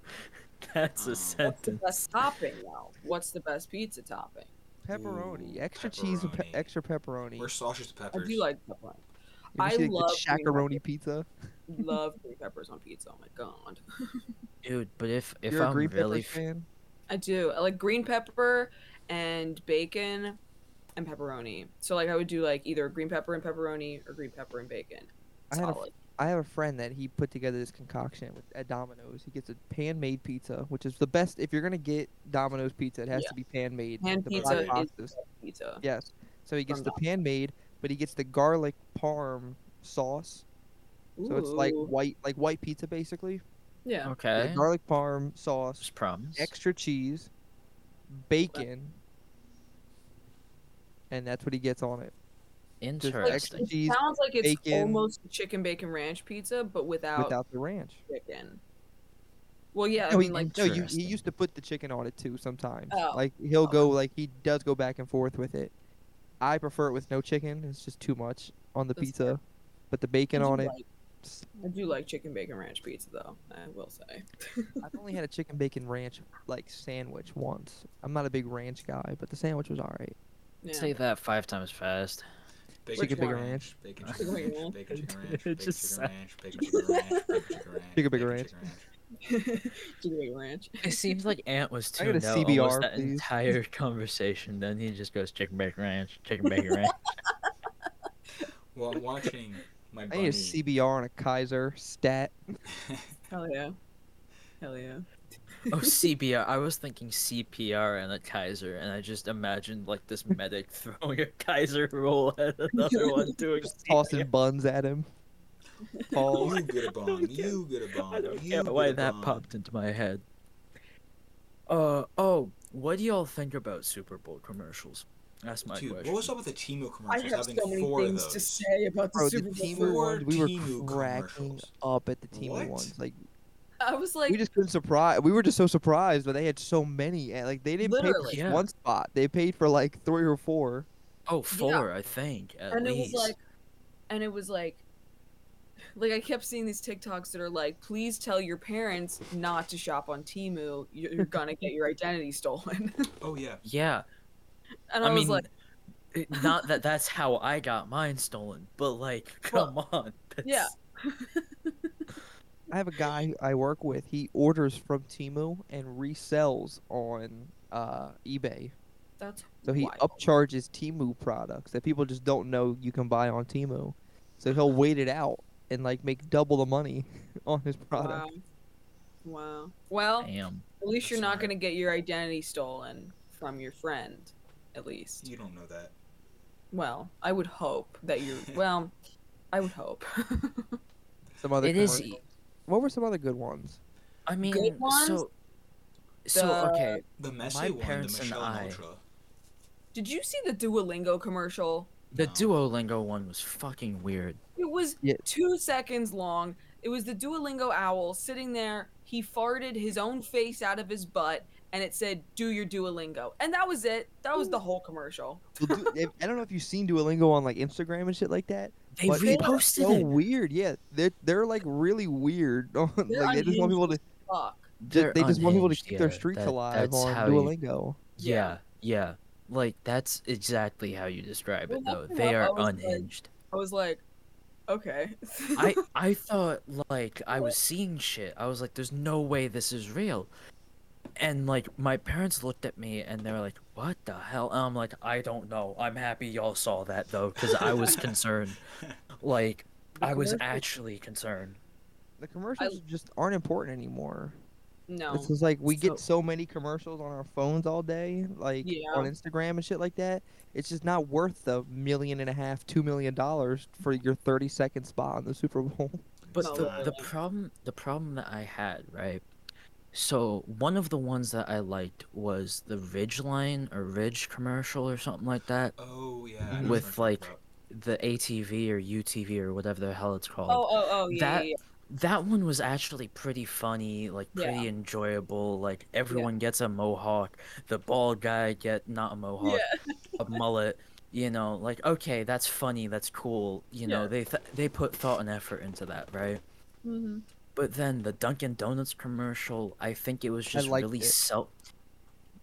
Speaker 4: that's
Speaker 1: Um,
Speaker 4: a
Speaker 2: What's the
Speaker 4: sentence.
Speaker 2: best topping now? What's the best pizza topping?
Speaker 3: Pepperoni,
Speaker 1: Ooh,
Speaker 3: extra cheese, with pe-
Speaker 1: pepperoni.
Speaker 3: extra pepperoni.
Speaker 1: We're sausage and
Speaker 2: I
Speaker 1: peppers.
Speaker 2: do like pepperoni.
Speaker 3: You ever
Speaker 2: I
Speaker 3: see, like, the
Speaker 2: love green pepper.
Speaker 3: Shakaroni pizza.
Speaker 2: Love green peppers on pizza. Oh my god.
Speaker 4: Dude, but if if
Speaker 3: You're a
Speaker 4: I'm
Speaker 3: green
Speaker 4: really
Speaker 3: peppers fan.
Speaker 2: I do. I like green pepper and bacon and pepperoni. So like I would do like either green pepper and pepperoni or green pepper and bacon.
Speaker 3: I had a
Speaker 2: Solid.
Speaker 3: I have a friend that he put together this concoction with, at Domino's. He gets a pan-made pizza, which is the best. If you're gonna get Domino's pizza, it has
Speaker 2: Yeah.
Speaker 3: to be pan-made.
Speaker 2: Pan
Speaker 3: the
Speaker 2: pizza
Speaker 3: black
Speaker 1: is
Speaker 3: boxes.
Speaker 2: Pizza.
Speaker 3: Yes. So he gets
Speaker 2: From
Speaker 3: the pan-made, but he gets the garlic parm sauce. So it's like
Speaker 2: Ooh.
Speaker 3: white, like white pizza basically.
Speaker 2: yeah.
Speaker 3: The
Speaker 4: okay,
Speaker 3: garlic parm
Speaker 4: there's
Speaker 3: sauce,
Speaker 4: problems.
Speaker 3: extra cheese, bacon, and that's what he gets on it. Just extra
Speaker 4: Interesting.
Speaker 3: cheese
Speaker 2: It sounds like it's
Speaker 3: bacon.
Speaker 2: almost chicken bacon ranch pizza, but without,
Speaker 3: without the ranch.
Speaker 2: chicken. Well, yeah, I
Speaker 3: no,
Speaker 2: mean,
Speaker 3: he,
Speaker 2: like,
Speaker 3: no, you, he
Speaker 4: Interesting.
Speaker 3: used to put the chicken on it too sometimes.
Speaker 2: Oh.
Speaker 3: Like he'll
Speaker 2: Oh.
Speaker 3: go like he does go back and forth with it. I prefer it with no chicken. It's just too much on the
Speaker 2: That's
Speaker 3: pizza.
Speaker 2: fair.
Speaker 3: But the bacon
Speaker 2: I do
Speaker 3: on it.
Speaker 2: like- I do like chicken bacon ranch pizza, though. I will say.
Speaker 3: I've only had a chicken bacon ranch like sandwich once. I'm not a big ranch guy, but the sandwich was alright.
Speaker 2: Yeah.
Speaker 4: Say that five times fast.
Speaker 1: Bacon
Speaker 2: Which
Speaker 1: chicken
Speaker 2: one?
Speaker 1: ranch, bacon chicken
Speaker 2: Chicken
Speaker 1: ranch,
Speaker 2: bacon
Speaker 1: bacon chicken ranch,
Speaker 4: ranch. It
Speaker 1: bacon
Speaker 4: just
Speaker 1: chicken ranch, bacon chicken ranch, bacon chicken ranch,
Speaker 3: Chicken bacon
Speaker 1: bacon
Speaker 3: ranch.
Speaker 1: chicken ranch.
Speaker 2: chicken bacon ranch.
Speaker 4: It seems like Ant was
Speaker 3: I got a
Speaker 4: tuned out
Speaker 3: CBR,
Speaker 4: almost that
Speaker 3: please.
Speaker 4: entire *laughs* conversation. Then he just goes chicken bacon ranch,
Speaker 3: *laughs*
Speaker 4: chicken bacon ranch.
Speaker 1: Well, I'm watching my
Speaker 3: I
Speaker 1: bunny.
Speaker 3: need
Speaker 1: *laughs*
Speaker 3: a CBR on a Kaiser stat.
Speaker 2: Hell yeah. Hell yeah.
Speaker 4: Oh, CBR. I was thinking CPR and a Kaiser, and I just imagined like this medic *laughs* throwing a Kaiser roll at another
Speaker 1: *laughs*
Speaker 4: one doing
Speaker 3: Tossing
Speaker 4: CPR.
Speaker 3: buns at him. Paul.
Speaker 1: you get a bomb. You get a bomb.
Speaker 4: I don't
Speaker 1: you
Speaker 4: get why
Speaker 1: get a
Speaker 4: that
Speaker 1: bomb.
Speaker 4: popped into my head. Uh oh, what do y'all think about Super Bowl commercials? That's my
Speaker 1: Dude,
Speaker 4: question.
Speaker 1: what was up with the Timo
Speaker 2: I
Speaker 1: commercials?
Speaker 2: have
Speaker 1: having
Speaker 2: so many
Speaker 1: four of
Speaker 2: things
Speaker 1: those?
Speaker 2: to say about the
Speaker 3: Bro, the
Speaker 2: Super Bowl.
Speaker 3: Timu
Speaker 1: Four
Speaker 3: ones, we were
Speaker 1: Temu
Speaker 3: cracking
Speaker 1: commercials.
Speaker 3: up at the Timu
Speaker 1: What?
Speaker 3: ones. Like
Speaker 2: I was like,
Speaker 3: we just couldn't surprise. We were just so surprised when they had so many. and, Like they didn't pay for
Speaker 2: Literally.
Speaker 3: just
Speaker 4: Yeah.
Speaker 3: one spot. They paid for like three or four.
Speaker 4: Oh, four, I think at
Speaker 2: and
Speaker 4: least.
Speaker 2: it was like, and it was like, like I kept seeing these TikToks that are like, please tell your parents not to shop on Timu. You're you're gonna get your identity stolen. *laughs*
Speaker 1: Oh yeah.
Speaker 4: yeah,
Speaker 2: And I,
Speaker 4: I,
Speaker 2: was
Speaker 4: mean,
Speaker 2: like,
Speaker 4: it- not that that's how I got mine stolen, but like,
Speaker 2: *laughs*
Speaker 4: come on. That's,
Speaker 2: yeah.
Speaker 3: I have a guy I work with. He orders from Timu and resells on uh, eBay.
Speaker 2: that's
Speaker 3: So he
Speaker 2: wild.
Speaker 3: upcharges Timu products that people just don't know you can buy on Timu. So he'll wait it out and like make double the money *laughs* on his product.
Speaker 2: Wow. wow. Well,
Speaker 4: Damn.
Speaker 2: at least you're
Speaker 1: That's
Speaker 2: not
Speaker 1: smart.
Speaker 2: going to get your identity stolen from your friend, at least.
Speaker 1: You don't know that.
Speaker 2: Well, I would hope that you're. Well, I would hope. *laughs*
Speaker 3: Some other.
Speaker 4: It is.
Speaker 2: e
Speaker 3: commercial- What were some other good ones?
Speaker 4: I mean,
Speaker 2: ones,
Speaker 4: so. So
Speaker 2: the-
Speaker 4: okay,
Speaker 1: The Messi
Speaker 4: My
Speaker 1: one, the
Speaker 4: parents and
Speaker 1: Michelle
Speaker 4: I-
Speaker 1: Ultra.
Speaker 2: Did you see the Duolingo commercial?
Speaker 4: the
Speaker 1: No.
Speaker 4: Duolingo one was fucking weird.
Speaker 2: It was
Speaker 3: Yeah.
Speaker 2: two seconds long. It was the Duolingo owl sitting there. He farted his own face out of his butt, and it said, "Do your Duolingo," and that was it. That was the whole commercial.
Speaker 3: Well, du- if- I don't know if you've seen Duolingo on like Instagram and shit like that.
Speaker 4: They
Speaker 3: But they are
Speaker 4: reposted
Speaker 3: so *laughs*
Speaker 4: it.
Speaker 3: weird. Yeah, they're they're like really weird. like they just want people to
Speaker 2: Fuck.
Speaker 4: they're
Speaker 3: just, they just want people to
Speaker 4: unhinged,
Speaker 3: keep their
Speaker 4: yeah,
Speaker 3: streaks
Speaker 4: that-
Speaker 3: alive
Speaker 4: that's
Speaker 3: on
Speaker 4: how you-
Speaker 3: Duolingo.
Speaker 4: Yeah, yeah. Like that's exactly how you describe it
Speaker 2: Well,
Speaker 4: though.
Speaker 2: that's
Speaker 4: They
Speaker 2: what I
Speaker 4: are
Speaker 2: was like-
Speaker 4: unhinged.
Speaker 2: I was like, okay. *laughs*
Speaker 4: I I thought like I was seeing shit. I was like there's no way this is real. And like my parents looked at me and they were like, "What the hell?" And I'm like, "I don't know. I'm happy y'all saw that though cuz I was concerned." Like I was
Speaker 2: commercials-
Speaker 4: actually concerned.
Speaker 3: The commercials just aren't important anymore.
Speaker 2: no.
Speaker 3: It's just like we
Speaker 4: So-
Speaker 3: get so many commercials on our phones all day, like
Speaker 2: Yeah.
Speaker 3: on Instagram and shit like that. It's just not worth the million and a half, two million dollars for your thirty second spot on the Super Bowl.
Speaker 4: But
Speaker 1: Oh,
Speaker 2: Well,
Speaker 4: the,
Speaker 2: uh,
Speaker 4: the
Speaker 2: like-
Speaker 4: problem the problem that I had, right? So one of the ones that I liked was the Ridgeline or Ridge commercial or something like that.
Speaker 1: Oh yeah. I know what
Speaker 4: With,
Speaker 1: you're
Speaker 4: like,
Speaker 1: talking
Speaker 4: The ATV or UTV or whatever the hell it's called.
Speaker 2: Oh, oh, oh, yeah,
Speaker 4: that
Speaker 2: yeah,
Speaker 4: that one was actually pretty funny, like
Speaker 2: Yeah.
Speaker 4: pretty enjoyable. Like everyone gets a mohawk. The bald guy get not a
Speaker 2: yeah.
Speaker 4: mohawk, a mullet. You know, like okay, that's funny, that's cool. You know,
Speaker 2: Yeah.
Speaker 4: they th- they put thought and effort into that, right?
Speaker 2: Yeah. Mhm.
Speaker 4: But then the Dunkin' Donuts commercial, I think it was just
Speaker 3: liked
Speaker 4: really
Speaker 3: it.
Speaker 4: self.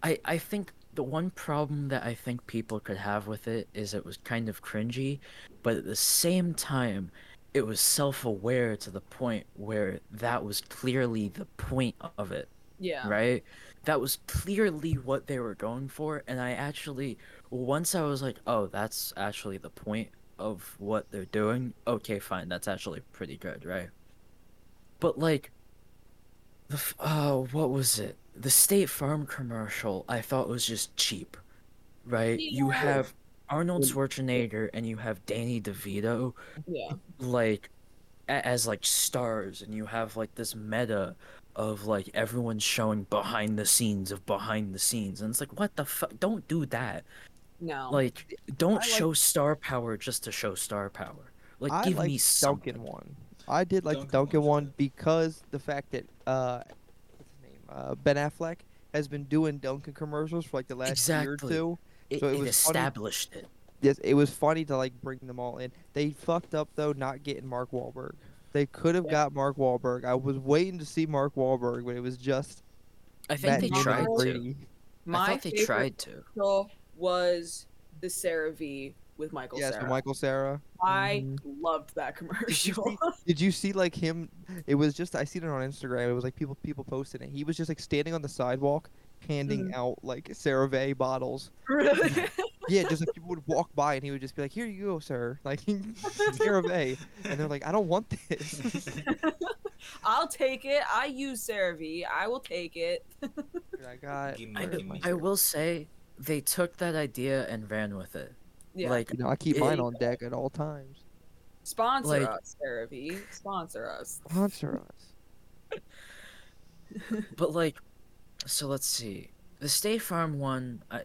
Speaker 4: I I think the one problem that I think people could have with it is it was kind of cringy, but at the same time, it was self-aware to the point where that was clearly the point of it
Speaker 2: yeah.
Speaker 4: right? That was clearly what they were going for, and I actually, once I was like, oh, that's actually the point of what they're doing. Okay, fine, that's actually pretty good, right? But like, the f- oh, what was it? The State Farm commercial I thought was just cheap, right? You
Speaker 2: Yeah.
Speaker 4: have Arnold Schwarzenegger and you have Danny DeVito,
Speaker 2: Yeah.
Speaker 4: like a- as like stars and you have like this meta of like everyone showing behind the scenes of behind the scenes and it's like what the fuck don't do that
Speaker 2: No.
Speaker 4: like don't
Speaker 3: I like-
Speaker 4: show star power just to show star power like
Speaker 3: I
Speaker 4: give
Speaker 3: like
Speaker 4: me
Speaker 3: the Dunkin'
Speaker 4: something
Speaker 3: one. I did like the
Speaker 1: Dunkin'
Speaker 3: Dunkin'
Speaker 1: one's
Speaker 3: one
Speaker 1: good.
Speaker 3: because the fact that uh, what's his name? Uh, Ben Affleck has been doing Dunkin' commercials for like the last year or
Speaker 4: Exactly.
Speaker 3: two.
Speaker 4: it,
Speaker 3: So it
Speaker 4: it
Speaker 3: was funny-
Speaker 4: established it
Speaker 3: Yes, it was funny to like bring them all in. They fucked up though, not getting Mark Wahlberg. They could have got Mark Wahlberg. I was waiting to see Mark Wahlberg when it was just
Speaker 4: i think
Speaker 3: Matt
Speaker 4: they
Speaker 3: Damon
Speaker 4: tried
Speaker 3: and
Speaker 4: to
Speaker 3: Brady.
Speaker 4: i
Speaker 2: My
Speaker 4: thought they
Speaker 2: favorite
Speaker 4: tried to
Speaker 2: commercial was the Sarah V with Michael
Speaker 3: Yes,
Speaker 2: Cera.
Speaker 3: with Michael Sarah.
Speaker 2: I loved that commercial. *laughs*
Speaker 3: Did you see like him? It was just I seen it on Instagram. It was like people people posted it. He was just like standing on the sidewalk, handing out like CeraVe bottles.
Speaker 2: really?
Speaker 3: Yeah, just like people would walk by and he would just be like, "Here you go, sir." *laughs* Like CeraVe,
Speaker 1: *laughs*
Speaker 3: and they're like, "I don't want this." *laughs*
Speaker 2: I'll take it. I use Sarah V. I will take it. *laughs*
Speaker 3: I got.
Speaker 1: about. Give
Speaker 4: I,
Speaker 1: me, give me.
Speaker 4: I will say they took that idea and ran with it
Speaker 2: Yeah.
Speaker 4: like
Speaker 3: You know, I keep
Speaker 4: It-
Speaker 3: mine on deck at all times.
Speaker 2: Sponsor
Speaker 4: like-
Speaker 2: us, Sarah V. Sponsor us.
Speaker 3: Sponsor us.
Speaker 4: But like, so let's see. The State Farm one, I,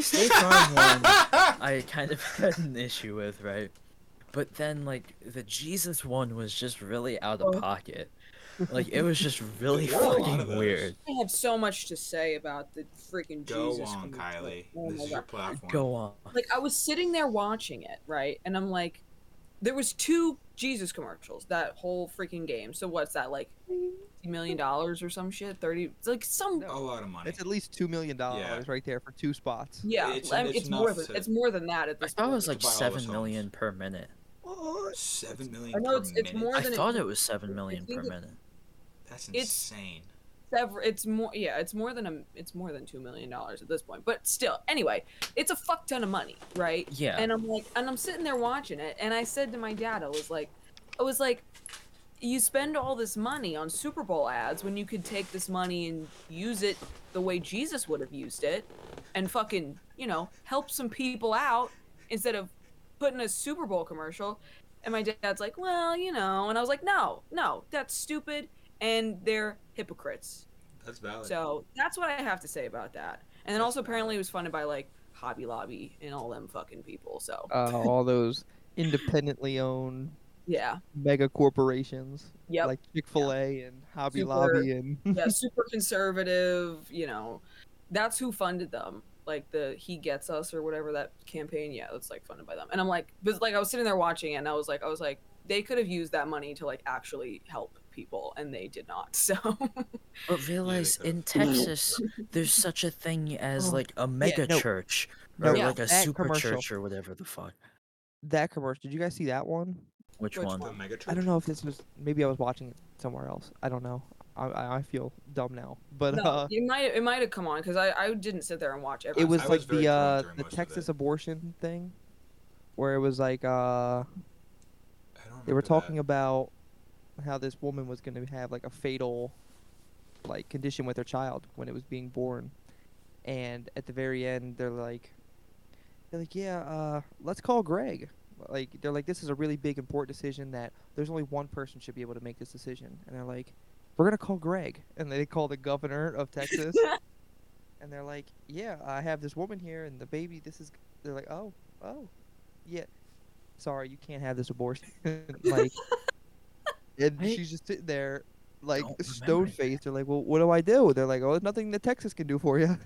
Speaker 4: State Farm
Speaker 2: *laughs*
Speaker 4: one, I kind of *laughs* had an issue with, right? But then like the Jesus one was just really out of
Speaker 2: Oh. *laughs*
Speaker 4: pocket. Like it was just really
Speaker 1: There were a lot of
Speaker 4: fucking
Speaker 1: those.
Speaker 4: weird.
Speaker 2: I have so much to say about the freaking
Speaker 1: Go
Speaker 2: Jesus.
Speaker 1: on,
Speaker 2: commercial.
Speaker 1: Kylie.
Speaker 2: Oh
Speaker 1: this
Speaker 2: my
Speaker 1: is your
Speaker 2: God.
Speaker 1: platform.
Speaker 4: Go on.
Speaker 2: Like I was sitting there watching it, right? And I'm like, there was two Jesus commercials that whole freaking game. So what's that like? $50 Million dollars or some shit? Thirty? It's like some
Speaker 1: A lot of money.
Speaker 3: It's at least two million dollars
Speaker 1: Yeah.
Speaker 3: right there for two spots.
Speaker 2: Yeah,
Speaker 1: It's-
Speaker 2: I mean,
Speaker 1: it's
Speaker 2: it's, more
Speaker 1: enough
Speaker 2: than
Speaker 1: to-
Speaker 2: it's more than that at
Speaker 4: I
Speaker 2: this
Speaker 4: thought it
Speaker 2: point.
Speaker 4: was like
Speaker 1: buy all those
Speaker 4: seven million per minute.
Speaker 1: Seven million.
Speaker 2: I know
Speaker 1: per
Speaker 2: it's- it's
Speaker 1: minute.
Speaker 2: more
Speaker 4: I
Speaker 2: than it-
Speaker 4: thought it was seven million
Speaker 2: think
Speaker 4: per
Speaker 2: it-
Speaker 4: minute.
Speaker 1: That's
Speaker 2: it's-
Speaker 1: insane.
Speaker 2: Sever- it's more yeah, it's more than a it's more than two million dollars at this point. But still, anyway, it's a fuck ton of money, right?
Speaker 4: Yeah.
Speaker 2: And I'm like, and I'm sitting there watching it, and I said to my dad, I was like, I was like, you spend all this money on Super Bowl ads when you could take this money and use it the way Jesus would have used it, and fucking you know help some people out instead of putting a Super Bowl commercial. And my dad's like, well, you know, and I was like, no, no, that's stupid, and they're hypocrites.
Speaker 1: That's
Speaker 3: Oh,
Speaker 1: valid.
Speaker 2: So that's what I have to say about that. And then also apparently it was funded by like Hobby Lobby and all them fucking people. So
Speaker 3: Uh, all those independently owned
Speaker 2: yeah,
Speaker 3: mega corporations
Speaker 2: yep,
Speaker 3: like Chick Fil A and Hobby
Speaker 2: Super- *laughs*
Speaker 3: Lobby and
Speaker 2: yeah, super conservative. You know, that's who funded them. Like the He Gets Us or whatever that campaign. Yeah, that's like funded by them. And I'm like, but like I was sitting there watching it and I was like, I was like, they could have used that money to like actually help people, and they did not. *laughs*
Speaker 3: *laughs*
Speaker 2: So
Speaker 4: But realize
Speaker 1: could've.
Speaker 4: in Texas, there's such a thing as like a mega
Speaker 3: Oh, no.
Speaker 4: church
Speaker 3: No,
Speaker 4: or
Speaker 3: Yeah.
Speaker 4: like a
Speaker 3: that
Speaker 4: super
Speaker 3: commercial.
Speaker 4: church or whatever the fuck.
Speaker 3: That commercial. Did you guys see that one?
Speaker 4: Which,
Speaker 2: Which
Speaker 4: one?
Speaker 1: The mega church?
Speaker 3: I don't know if this was. Maybe I was watching it somewhere else. I don't know. I I, I feel dumb now. But
Speaker 2: no,
Speaker 3: uh,
Speaker 2: it might it might have come on because I, I didn't sit there and watch every
Speaker 3: it
Speaker 2: *laughs*
Speaker 3: was
Speaker 1: I
Speaker 3: like
Speaker 1: was very
Speaker 3: the
Speaker 1: drunk
Speaker 3: uh
Speaker 1: during
Speaker 3: the
Speaker 1: most of
Speaker 3: Texas
Speaker 1: it.
Speaker 3: abortion thing, where it was like uh
Speaker 1: I don't
Speaker 3: they were
Speaker 1: remember that.
Speaker 3: talking about how this woman was going to have like a fatal like condition with her child when it was being born and at the very end they're like they're like yeah uh, let's call greg like they're like this is a really big important decision that there's only one person should be able to make this decision and they're like we're going to call greg and they call the governor
Speaker 1: *laughs*
Speaker 3: of texas and they're like yeah i have this woman here and the baby this is they're like oh oh yeah sorry you can't have this abortion *laughs* like and
Speaker 4: I
Speaker 3: she's just sitting there like
Speaker 4: don't remember
Speaker 3: stone faced they're like well what do i do they're like oh there's nothing that texas can do for you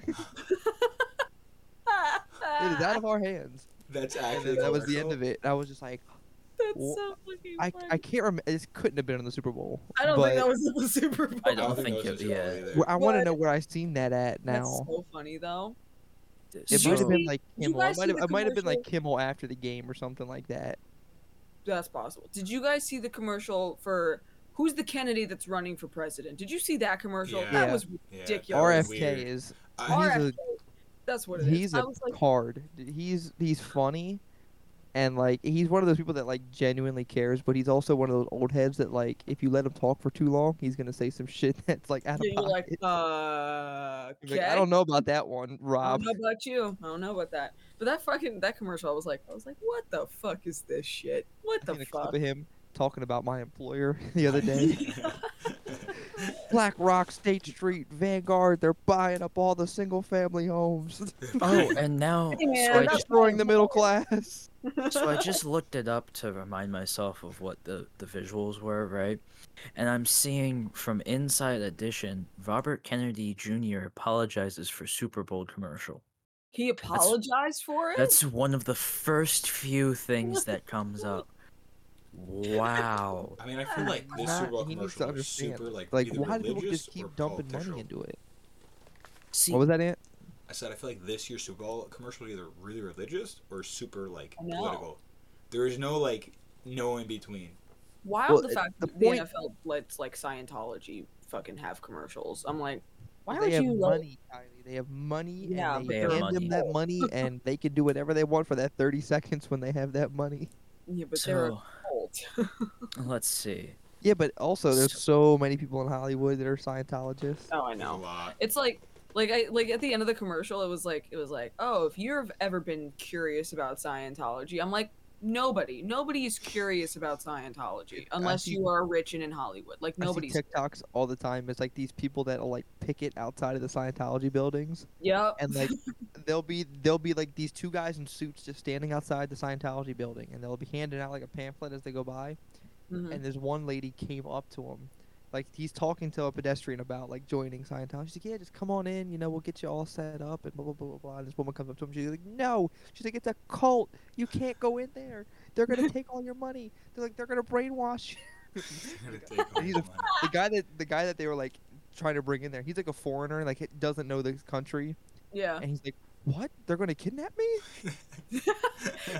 Speaker 3: *laughs* it is out of our hands
Speaker 1: That's
Speaker 3: and
Speaker 1: actually
Speaker 3: then that was the end of it i was just like
Speaker 2: *laughs* That's
Speaker 3: Well,
Speaker 2: so fucking
Speaker 3: i,
Speaker 2: funny.
Speaker 3: I can't remember this couldn't have been on the super bowl
Speaker 2: I don't
Speaker 3: but
Speaker 2: think that was the Super Bowl.
Speaker 4: I don't think
Speaker 1: that was
Speaker 4: it-
Speaker 1: the
Speaker 4: yeah.
Speaker 1: Super Bowl either.
Speaker 3: where- i want to
Speaker 2: What?
Speaker 3: know where i seen that at
Speaker 2: That's
Speaker 3: now
Speaker 2: so funny though.
Speaker 3: it
Speaker 4: So-
Speaker 3: might have been
Speaker 2: Did
Speaker 3: like
Speaker 2: you
Speaker 3: kimmel it
Speaker 2: guys
Speaker 3: might
Speaker 2: see
Speaker 3: have,
Speaker 2: the
Speaker 3: it might have been like
Speaker 2: commercial?
Speaker 3: kimmel after the game or something like that
Speaker 2: That's possible. Did you guys see the commercial for who's the Kennedy that's running for president? Did you see that commercial?
Speaker 1: Yeah.
Speaker 2: That
Speaker 3: Yeah.
Speaker 2: was
Speaker 1: Yeah.
Speaker 2: ridiculous.
Speaker 1: that was
Speaker 3: rfk
Speaker 1: weird.
Speaker 3: is
Speaker 1: I- *laughs*
Speaker 3: he's
Speaker 2: RFK.
Speaker 3: a-
Speaker 2: That's what it is.
Speaker 3: he's
Speaker 2: I
Speaker 3: a
Speaker 2: was like,
Speaker 3: card. D- He's he's funny, and like he's one of those people that like genuinely cares. But he's also one of those old heads that like if you let him talk for too long, he's gonna say some *laughs* shit that's like out of
Speaker 2: yeah, you're like,
Speaker 3: pocket.
Speaker 2: uh,
Speaker 3: He's like, I
Speaker 2: okay.
Speaker 3: don't know about that one,
Speaker 2: I
Speaker 3: Rob. *laughs*
Speaker 2: don't know about you. I don't know about that. But that fucking that commercial, I was like, I was like, what the fuck is this shit? What
Speaker 3: I
Speaker 2: the
Speaker 3: seen a clip
Speaker 2: fuck?
Speaker 3: of him talking about my employer *laughs* the other
Speaker 2: *laughs*
Speaker 3: day.
Speaker 4: *laughs*
Speaker 1: Oh,
Speaker 3: Black Rock, State Street, Vanguard. They're buying up all the single family homes. *laughs*
Speaker 1: *laughs*
Speaker 4: Oh, and now
Speaker 2: Hey, man,
Speaker 4: so, I
Speaker 2: that's
Speaker 4: just,
Speaker 3: destroying the middle class. *laughs*
Speaker 4: so I just looked it up to remind myself of what the the visuals were, right? And I'm seeing from Inside Edition, Robert Kennedy Jr. apologizes for Super Bowl commercial.
Speaker 2: He apologized for it.
Speaker 4: That's one of the first few things that comes up. Wow.
Speaker 1: I mean, I feel like this
Speaker 3: Not-
Speaker 1: Super Bowl
Speaker 3: he needs
Speaker 1: commercial
Speaker 3: to
Speaker 1: was
Speaker 3: understand.
Speaker 1: super like
Speaker 3: Like,
Speaker 1: either
Speaker 3: why do people
Speaker 1: religious
Speaker 3: just
Speaker 1: or
Speaker 3: keep dumping money
Speaker 1: political.
Speaker 3: into it?
Speaker 4: See,
Speaker 3: What was that, Ant?
Speaker 1: I said I feel like this year's Super Bowl commercial is either really religious or super like
Speaker 2: I know.
Speaker 1: political. There is no like no in between.
Speaker 2: Wild
Speaker 3: Well,
Speaker 2: the
Speaker 3: it-
Speaker 2: fact
Speaker 3: the
Speaker 2: that
Speaker 3: point-
Speaker 2: the NFL lets like Scientology fucking have commercials. I'm like, why
Speaker 3: they
Speaker 2: would
Speaker 3: have
Speaker 2: you let
Speaker 3: money, Kylie. They have money,
Speaker 2: Yeah,
Speaker 3: and
Speaker 2: but
Speaker 3: they
Speaker 4: they're
Speaker 3: hand them that
Speaker 2: *laughs*
Speaker 3: money, and they can do whatever they want for that thirty seconds when they have that money.
Speaker 2: Yeah, but they're
Speaker 4: so
Speaker 2: adults.
Speaker 4: let's see.
Speaker 3: Yeah, but also there's so many people in Hollywood that are Scientologists.
Speaker 2: Oh, I
Speaker 1: There's a
Speaker 2: know.
Speaker 3: *laughs*
Speaker 1: lot.
Speaker 2: It's like, like I like at the end of the commercial, it was like, it was like, oh, if you've ever been curious about Scientology, I'm like, nobody, nobody is curious about Scientology unless
Speaker 3: see-
Speaker 2: you are rich and in Hollywood. Like nobody's.
Speaker 3: I see TikToks all the time. It's like these people that will like picket outside of the Scientology buildings,
Speaker 2: Yep. *laughs*
Speaker 3: and like they'll be they'll be like these two guys in suits just standing outside the Scientology building, and they'll be handing out like a pamphlet as they go by,
Speaker 2: Mhm.
Speaker 3: and this one lady came up to him like he's talking to a pedestrian about like joining Scientology. She's like, "Yeah, just come on in. You know, we'll get you all set up and blah blah blah blah." blah. And this woman comes up to him. She's like, "No." She's like, "It's a cult. You can't go in there. They're gonna take all your money. They're like, they're gonna brainwash." you."
Speaker 1: Gonna take all
Speaker 3: He's
Speaker 1: the
Speaker 3: a-
Speaker 1: money.
Speaker 3: the guy that the guy that they were like trying to bring in there, he's like a foreigner, like he doesn't know the country,
Speaker 2: Yeah.
Speaker 3: and he's like, "What? They're gonna kidnap me?" *laughs*
Speaker 2: Yeah.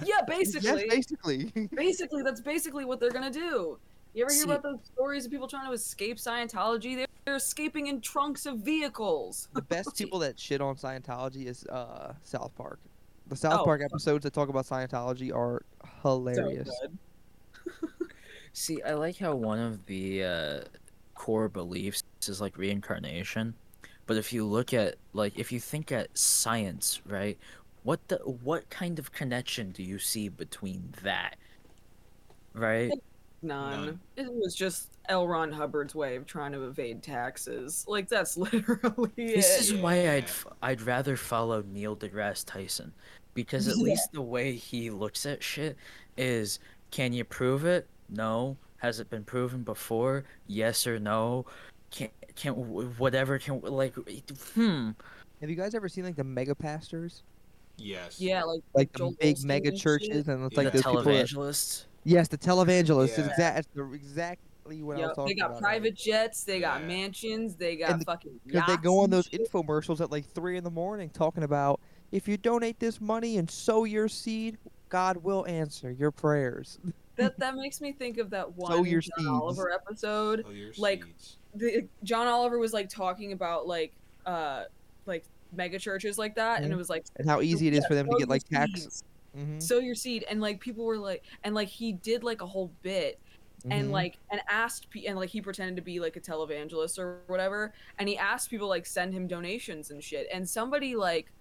Speaker 3: Yes,
Speaker 2: Basically.
Speaker 3: basically. *laughs*
Speaker 2: basically that's basically what they're gonna do you ever hear
Speaker 4: See-
Speaker 2: about those stories of people trying to escape scientology they're, they're escaping in trunks of vehicles *laughs*
Speaker 3: the best people that shit on Scientology is uh, South Park. The South
Speaker 2: Oh,
Speaker 3: Park episodes that talk about Scientology are
Speaker 2: So
Speaker 3: hilarious.
Speaker 2: good.
Speaker 4: See, I like how one of the uh, core beliefs is like reincarnation, but if you look at like if you think at science, right? What the what kind of connection do you see between that? Right?
Speaker 2: none.
Speaker 1: None.
Speaker 2: it was just l ron hubbard's way of trying to evade taxes like that's *laughs* literally it.
Speaker 4: This is why I'd f- I'd rather follow Neil deGrasse Tyson because at
Speaker 2: Yeah.
Speaker 4: least the way he looks at shit is can you prove it? No. Has it been proven before? Yes or no? Can can wh- whatever can like hmm
Speaker 3: Have you guys ever seen like the mega pastors,
Speaker 1: Yes.
Speaker 2: yeah like
Speaker 3: like the
Speaker 2: Joel
Speaker 3: big
Speaker 2: Osteen
Speaker 3: mega
Speaker 2: and shit?
Speaker 3: churches, and it's
Speaker 1: Yeah.
Speaker 3: like
Speaker 4: the
Speaker 3: those people? That,
Speaker 4: televangelists.
Speaker 3: yes, the televangelists.
Speaker 1: Yeah.
Speaker 3: Exact. It's the exact exactly what I was
Speaker 2: Yep,
Speaker 3: talking
Speaker 2: they got
Speaker 3: about.
Speaker 2: private jets, they got
Speaker 1: Yeah.
Speaker 2: mansions, they got
Speaker 3: And the-
Speaker 2: fucking.
Speaker 3: Because they
Speaker 2: yachts
Speaker 3: go on
Speaker 2: and
Speaker 3: those
Speaker 2: shit.
Speaker 3: infomercials at like three in the morning talking about if you donate this money and sow your seed, God will answer your prayers.
Speaker 2: That that makes me think of that one
Speaker 3: your
Speaker 2: John
Speaker 3: seeds.
Speaker 2: Oliver episode.
Speaker 1: Oh, your
Speaker 2: Like-
Speaker 1: seeds.
Speaker 2: The, John Oliver was like talking about like uh like mega churches like that, and it
Speaker 3: Mhm.
Speaker 2: was like
Speaker 3: And how easy it is for them to
Speaker 2: sow
Speaker 3: get
Speaker 2: your
Speaker 3: like tax.
Speaker 2: seeds,
Speaker 3: Mhm,
Speaker 2: sow your seed, and like people were like, and like he did like a whole bit and
Speaker 3: mhm.
Speaker 2: like and asked pe- and like he pretended to be like a televangelist or whatever and he asked people like send him donations and shit and somebody like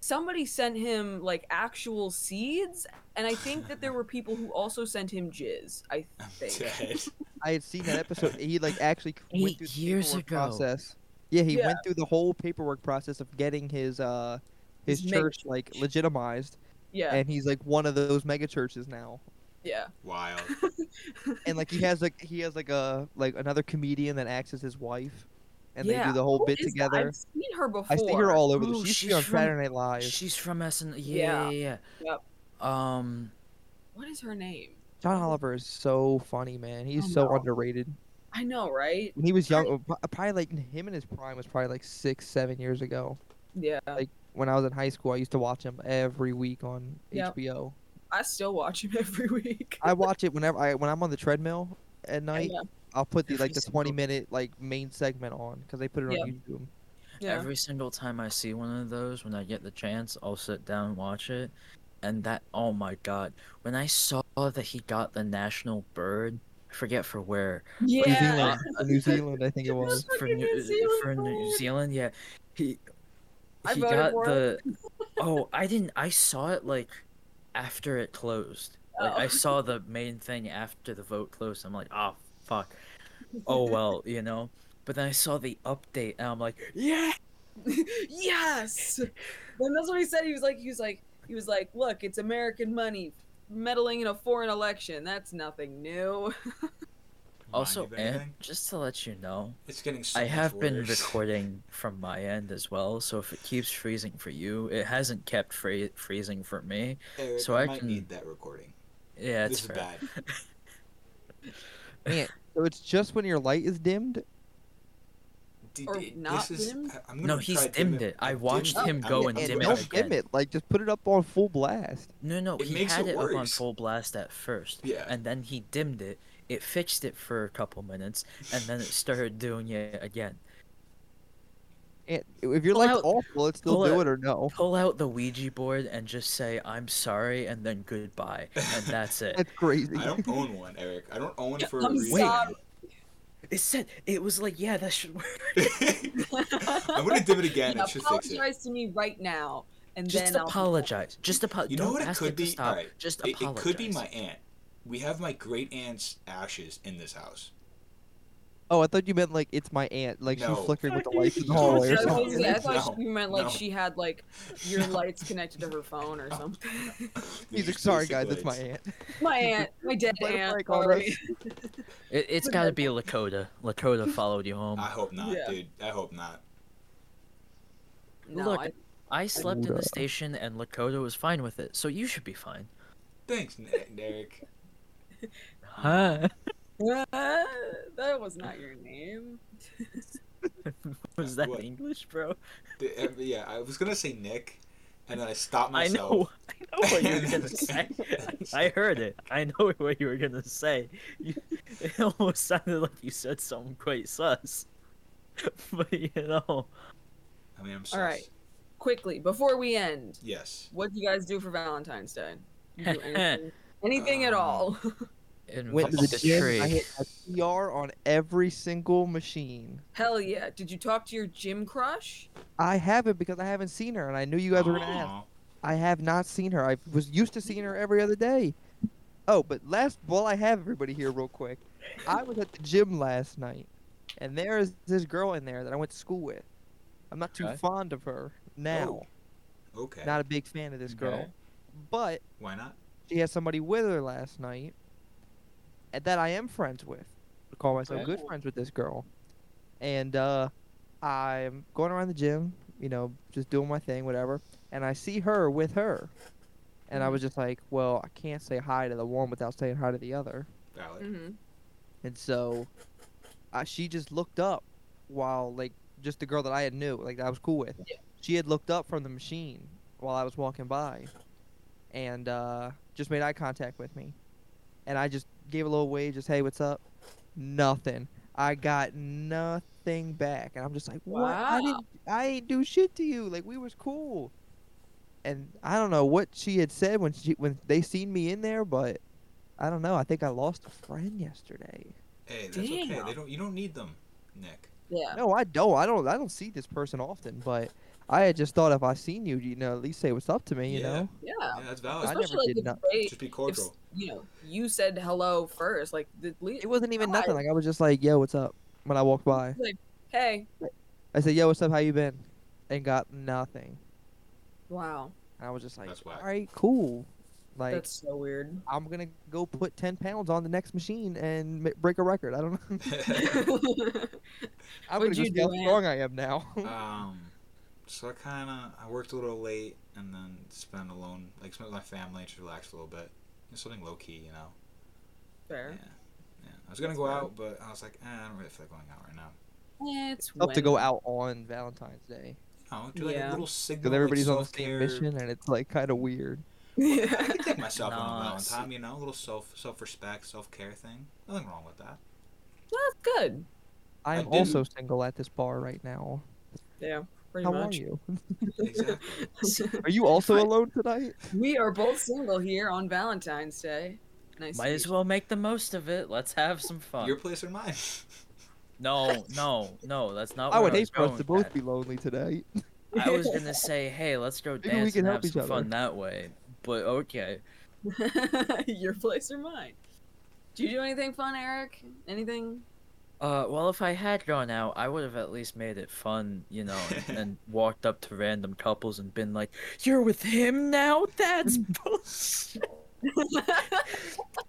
Speaker 2: somebody sent him like actual seeds and i think that there were people who also sent him jizz i
Speaker 1: I'm *laughs*
Speaker 2: think
Speaker 1: dead.
Speaker 4: *laughs*
Speaker 3: I had seen that episode. He like actually c- went
Speaker 4: Eight
Speaker 3: through the
Speaker 4: years
Speaker 3: paperwork
Speaker 4: ago.
Speaker 3: process. Yeah, he
Speaker 2: Yeah.
Speaker 3: went through the whole paperwork process of getting his uh his
Speaker 2: His mega
Speaker 3: church like
Speaker 2: church.
Speaker 3: legitimized,
Speaker 2: yeah
Speaker 3: and he's like one of those mega churches now.
Speaker 2: yeah
Speaker 1: Wild.
Speaker 3: And like
Speaker 2: *laughs*
Speaker 3: he has like he has like a like another comedian that acts as his wife, and they
Speaker 2: Yeah,
Speaker 3: do the whole
Speaker 2: Who
Speaker 3: bit
Speaker 2: is that?
Speaker 3: together.
Speaker 2: i've seen her before
Speaker 3: I see her all over. The,
Speaker 4: Oh,
Speaker 3: she used to be
Speaker 4: she's
Speaker 3: on
Speaker 4: from-
Speaker 3: Saturday Night Live.
Speaker 4: She's from SN.
Speaker 2: Yeah.
Speaker 4: Yeah, yeah, yeah.
Speaker 2: Yep.
Speaker 4: Um,
Speaker 2: what is her name
Speaker 3: John Oliver is so funny, man. He's
Speaker 2: I
Speaker 3: so
Speaker 2: know.
Speaker 3: underrated.
Speaker 2: i know right
Speaker 3: When he was young, uh, pro- probably like him in his prime was probably like six, seven years ago.
Speaker 2: yeah
Speaker 3: Like- When I was in high school, I used to watch him every week on
Speaker 2: Yep.
Speaker 3: HBO.
Speaker 2: i still watch him *laughs* every week
Speaker 3: I watch it whenever I when I'm on the treadmill at
Speaker 2: I
Speaker 3: night.
Speaker 2: know,
Speaker 3: I'll put the like
Speaker 4: Every
Speaker 3: the
Speaker 4: single-
Speaker 3: 20 minute like main segment on because they put it on YouTube.
Speaker 2: yeah.
Speaker 4: every single time I see one of those, when I get the chance, I'll sit down and watch it. And that, oh my god, when I saw that he got the national bird, I forget for where,
Speaker 2: yeah
Speaker 3: New Zealand, for New Zealand, I think
Speaker 2: Oh
Speaker 3: it was.
Speaker 4: for
Speaker 2: Fucking
Speaker 4: New,
Speaker 2: New Zealand
Speaker 4: for New
Speaker 2: bird.
Speaker 4: Zealand, yeah, he
Speaker 2: I
Speaker 4: he
Speaker 2: voted
Speaker 4: got
Speaker 2: for
Speaker 4: the. *laughs* oh, I didn't. I saw it like after it closed. Like, I
Speaker 2: Oh.
Speaker 4: saw the main thing after the vote closed. I'm like, oh
Speaker 2: *laughs*
Speaker 4: fuck. Oh well, you know. But then I saw the update, and I'm like, yeah.
Speaker 2: *laughs* yes. And that's what he said. He was like, he was like, he was like, look, it's American money meddling in a foreign election. That's nothing new.
Speaker 4: Also,
Speaker 1: Mind you,
Speaker 4: and
Speaker 1: anything?
Speaker 4: just to let you know,
Speaker 1: it's getting so
Speaker 4: I
Speaker 1: much
Speaker 4: have been
Speaker 1: worse.
Speaker 4: recording from my end as well. So if it keeps freezing for you, it hasn't kept free- freezing for me.
Speaker 1: Eric,
Speaker 4: so
Speaker 1: I,
Speaker 4: I
Speaker 1: might
Speaker 4: can-
Speaker 1: need that recording.
Speaker 4: Yeah, it's
Speaker 1: this
Speaker 4: fair.
Speaker 1: is bad.
Speaker 3: So it's just when your light is dimmed.
Speaker 1: D-
Speaker 2: Or
Speaker 1: d-
Speaker 2: not
Speaker 1: this is,
Speaker 2: dimmed?
Speaker 1: I- I'm gonna
Speaker 4: No,
Speaker 1: try
Speaker 4: he's
Speaker 1: to dim
Speaker 4: dimmed it. I
Speaker 1: dimmed
Speaker 4: watched
Speaker 1: Oh, it.
Speaker 4: him
Speaker 1: I'm
Speaker 4: go
Speaker 1: gonna- I'm
Speaker 4: and
Speaker 3: and
Speaker 4: dim it
Speaker 1: gonna-
Speaker 3: don't
Speaker 4: again.
Speaker 3: dim it. Like just put it up on full blast.
Speaker 4: No, no,
Speaker 1: It
Speaker 4: he
Speaker 1: makes
Speaker 4: had
Speaker 1: it
Speaker 4: it, up on
Speaker 1: worse.
Speaker 4: full blast at first,
Speaker 1: Yeah.
Speaker 4: and then he dimmed it. It fixed it for a couple minutes, and then it started doing it again.
Speaker 3: And if your
Speaker 4: Pull
Speaker 3: light's
Speaker 4: out-
Speaker 3: off, will it still
Speaker 4: pull
Speaker 3: do
Speaker 4: out-
Speaker 3: it or no?
Speaker 4: Pull out the Ouija board and just say "I'm sorry" and then goodbye, and
Speaker 2: *laughs*
Speaker 4: that's it.
Speaker 3: That's crazy.
Speaker 1: I
Speaker 3: *laughs*
Speaker 1: don't own one, Eric. I don't own for a
Speaker 2: I'm
Speaker 1: reason.
Speaker 2: sorry.
Speaker 4: it said it was like, yeah, that should work.
Speaker 1: *laughs*
Speaker 2: *laughs*
Speaker 1: I'm gonna dim it again.
Speaker 2: Yeah,
Speaker 1: it should fix it.
Speaker 2: apologize to me right now, and
Speaker 4: Just
Speaker 2: then I'll.
Speaker 4: apologize. Just apologize.
Speaker 1: You know
Speaker 4: Don't
Speaker 1: what it
Speaker 4: ask
Speaker 1: could
Speaker 4: it to
Speaker 1: be?
Speaker 4: stop.
Speaker 1: Alright,
Speaker 4: Just
Speaker 1: It, it
Speaker 4: apologize.
Speaker 1: could be my aunt. We have my great aunt's ashes in this house.
Speaker 3: Oh, I thought you meant like it's my aunt. Like
Speaker 1: No.
Speaker 3: she's flickering with the
Speaker 2: *laughs*
Speaker 3: lights in the
Speaker 1: No,
Speaker 3: hallway
Speaker 2: I
Speaker 3: or
Speaker 1: it's
Speaker 2: was
Speaker 1: not.
Speaker 2: gonna
Speaker 3: something.
Speaker 2: say, I thought
Speaker 1: No,
Speaker 2: you meant like
Speaker 1: no.
Speaker 2: she had like
Speaker 1: *laughs*
Speaker 2: your
Speaker 1: No.
Speaker 2: lights connected to her phone or something.
Speaker 3: He's
Speaker 1: These
Speaker 3: like, sorry guys,
Speaker 1: basic
Speaker 3: it's my
Speaker 1: lights.
Speaker 3: aunt.
Speaker 2: *laughs* my aunt, my dead
Speaker 3: Let it
Speaker 2: aunt.
Speaker 3: break on
Speaker 2: sorry.
Speaker 3: us.
Speaker 4: It, it's
Speaker 2: Good
Speaker 4: got to
Speaker 2: night.
Speaker 4: be Lakota.
Speaker 3: *laughs*
Speaker 4: Lakota followed you home.
Speaker 1: I
Speaker 3: Ah,
Speaker 1: hope not,
Speaker 2: Yeah.
Speaker 1: dude. I hope not.
Speaker 2: *laughs* No,
Speaker 4: Look,
Speaker 2: I-
Speaker 4: I slept in the
Speaker 3: Lakota.
Speaker 4: station, and Lakota was fine with it, so you should
Speaker 3: *laughs*
Speaker 4: be fine.
Speaker 1: Thanks, N- Eric.
Speaker 4: Huh? *laughs*
Speaker 2: that was not your name.
Speaker 4: Was that
Speaker 1: What?
Speaker 4: English, bro?
Speaker 1: The- eh, yeah, I was gonna say Nick, and then I stopped
Speaker 4: I
Speaker 1: myself.
Speaker 4: know. *laughs* I know what you were
Speaker 1: And
Speaker 3: *laughs*
Speaker 4: gonna say. I heard it. I know *laughs* what you were gonna say. You, *laughs* it almost sounded like you said something quite sus. *laughs* But you know,
Speaker 1: I mean, I'm
Speaker 2: All
Speaker 1: sorry.
Speaker 2: right, quickly before we end.
Speaker 1: Yes.
Speaker 2: What do you guys do for Valentine's Day? You *laughs* do anything, anything at
Speaker 1: Um,
Speaker 2: all?
Speaker 4: it
Speaker 3: Went to the,
Speaker 4: involved a
Speaker 3: gym. I
Speaker 4: tree.
Speaker 3: hit a PR on every single machine.
Speaker 2: *laughs* Hell yeah! Did you talk to your gym crush?
Speaker 3: I haven't because I haven't seen her, and I knew you guys were gonna
Speaker 4: *gasps*
Speaker 3: ask.
Speaker 1: Aw.
Speaker 3: I have not seen her. I was used to seeing her every other day. Oh, but last while I have everybody here, real quick, I was at the gym last night, and there is this girl in there that I went to school with. I'm not too
Speaker 4: Okay.
Speaker 3: fond of her now.
Speaker 1: Okay.
Speaker 3: Not a big fan of this girl,
Speaker 4: Okay.
Speaker 3: but
Speaker 1: Why not?
Speaker 3: she had somebody with her last night, and that I am friends with. I call myself good
Speaker 2: Okay.
Speaker 3: friends with this girl, and uh, I'm going around the gym, you know, just doing my thing, whatever. And I see her with her, and I was just like, well, I can't say hi to the one without saying hi to the other.
Speaker 1: Valid.
Speaker 2: Mm-hmm.
Speaker 3: and so I, she just looked up while like just the girl that I had knew like that I was cool with.
Speaker 2: Yeah.
Speaker 3: She had looked up from the machine while I was walking by, and uh, just made eye contact with me, and I just gave a little wave, just hey, what's up? Nothing. I got nothing back, and I'm just like, what? I
Speaker 2: Wow.
Speaker 3: didn't, I ain't do shit to you. Like we was cool. And I don't know what she had said when she when they seen me in there, but I don't know. I think I lost a friend yesterday.
Speaker 1: Hey, that's okay.
Speaker 2: Damn.
Speaker 1: They don't. You don't need them, Nick.
Speaker 2: Yeah.
Speaker 3: No, I don't. I don't. I don't see this person often, but I had just thought if I seen you, you know, at least say what's up to me. You
Speaker 1: Yeah.
Speaker 3: know,
Speaker 2: Yeah.
Speaker 1: Yeah, that's valid.
Speaker 3: Oh, I
Speaker 2: Especially
Speaker 3: never
Speaker 2: like
Speaker 3: did
Speaker 2: if
Speaker 3: not-
Speaker 2: they-
Speaker 1: Just be
Speaker 2: if,
Speaker 1: cordial.
Speaker 2: you know, you said hello first, like the
Speaker 3: it
Speaker 2: least,
Speaker 3: wasn't even
Speaker 2: I-
Speaker 3: nothing. Like I was just like, "Yo, what's up?" When I walked by,
Speaker 2: hey,
Speaker 3: I said, "Yo, what's up? How you been?" And got nothing.
Speaker 2: wow,
Speaker 3: And I was just like,
Speaker 1: That's
Speaker 3: "All
Speaker 1: whack.
Speaker 3: right, cool." Like
Speaker 2: that's so
Speaker 3: *laughs*
Speaker 2: weird. *laughs*
Speaker 3: I'm gonna go put ten pounds on the next machine and m- break a record. I don't know. *laughs*
Speaker 2: *laughs*
Speaker 3: I'm
Speaker 2: What'd
Speaker 3: gonna
Speaker 2: you
Speaker 3: go see
Speaker 2: do,
Speaker 3: how
Speaker 2: Ant?
Speaker 3: strong I am now.
Speaker 1: *laughs*
Speaker 3: *laughs*
Speaker 1: um, so I kind of I worked a little late and then spent alone, like spent with my family, just relaxed a little bit. Just something low key, you know.
Speaker 2: Fair.
Speaker 1: Yeah. Yeah. I was gonna go
Speaker 2: Fair.
Speaker 1: out, but I was like, eh, I don't really feel like going out right now.
Speaker 2: Eh, It's
Speaker 3: Tough to
Speaker 2: when- *laughs*
Speaker 3: go out on Valentine's Day
Speaker 1: No, Oh, do like a
Speaker 2: Yeah.
Speaker 1: little signal.
Speaker 3: because
Speaker 1: like,
Speaker 3: everybody's on the same
Speaker 1: self-care.
Speaker 3: mission, and it's like kind of weird.
Speaker 1: I can take myself
Speaker 2: *laughs*
Speaker 1: on a
Speaker 4: Nah,
Speaker 1: Valentine, you know, a little self self respect, self care thing. Nothing wrong with
Speaker 2: *laughs*
Speaker 1: that.
Speaker 2: That's good.
Speaker 3: I
Speaker 1: I
Speaker 3: am
Speaker 1: didn't-
Speaker 3: also single at this bar right now.
Speaker 2: Yeah, pretty
Speaker 3: How
Speaker 2: much.
Speaker 3: are you?
Speaker 1: Exactly.
Speaker 3: Are you also alone tonight?
Speaker 2: *laughs* we are both single here on Valentine's Day. Nice.
Speaker 4: Might as well make the most of it. Let's have some fun.
Speaker 1: Your place or mine? *laughs*
Speaker 3: *laughs*
Speaker 4: No, no, no. That's not.
Speaker 3: I
Speaker 4: where
Speaker 3: would
Speaker 4: I
Speaker 3: hate
Speaker 4: was
Speaker 3: for us
Speaker 4: going
Speaker 3: to
Speaker 4: with
Speaker 3: both
Speaker 4: that.
Speaker 3: be lonely tonight. *laughs*
Speaker 4: I was gonna say, hey, let's go
Speaker 3: Maybe we
Speaker 4: dance
Speaker 3: can
Speaker 4: and
Speaker 3: help
Speaker 4: have
Speaker 3: each
Speaker 4: some
Speaker 3: other.
Speaker 4: fun that way. But okay,
Speaker 2: *laughs* Your place or mine? Do you do anything fun, Eric? Anything?
Speaker 4: uh, well, if I had gone out, I would have at least made it fun, you know,
Speaker 3: *laughs*
Speaker 4: and, and walked up to random couples and been like, "You're with him now?
Speaker 3: *laughs*
Speaker 4: That's bullshit." *laughs*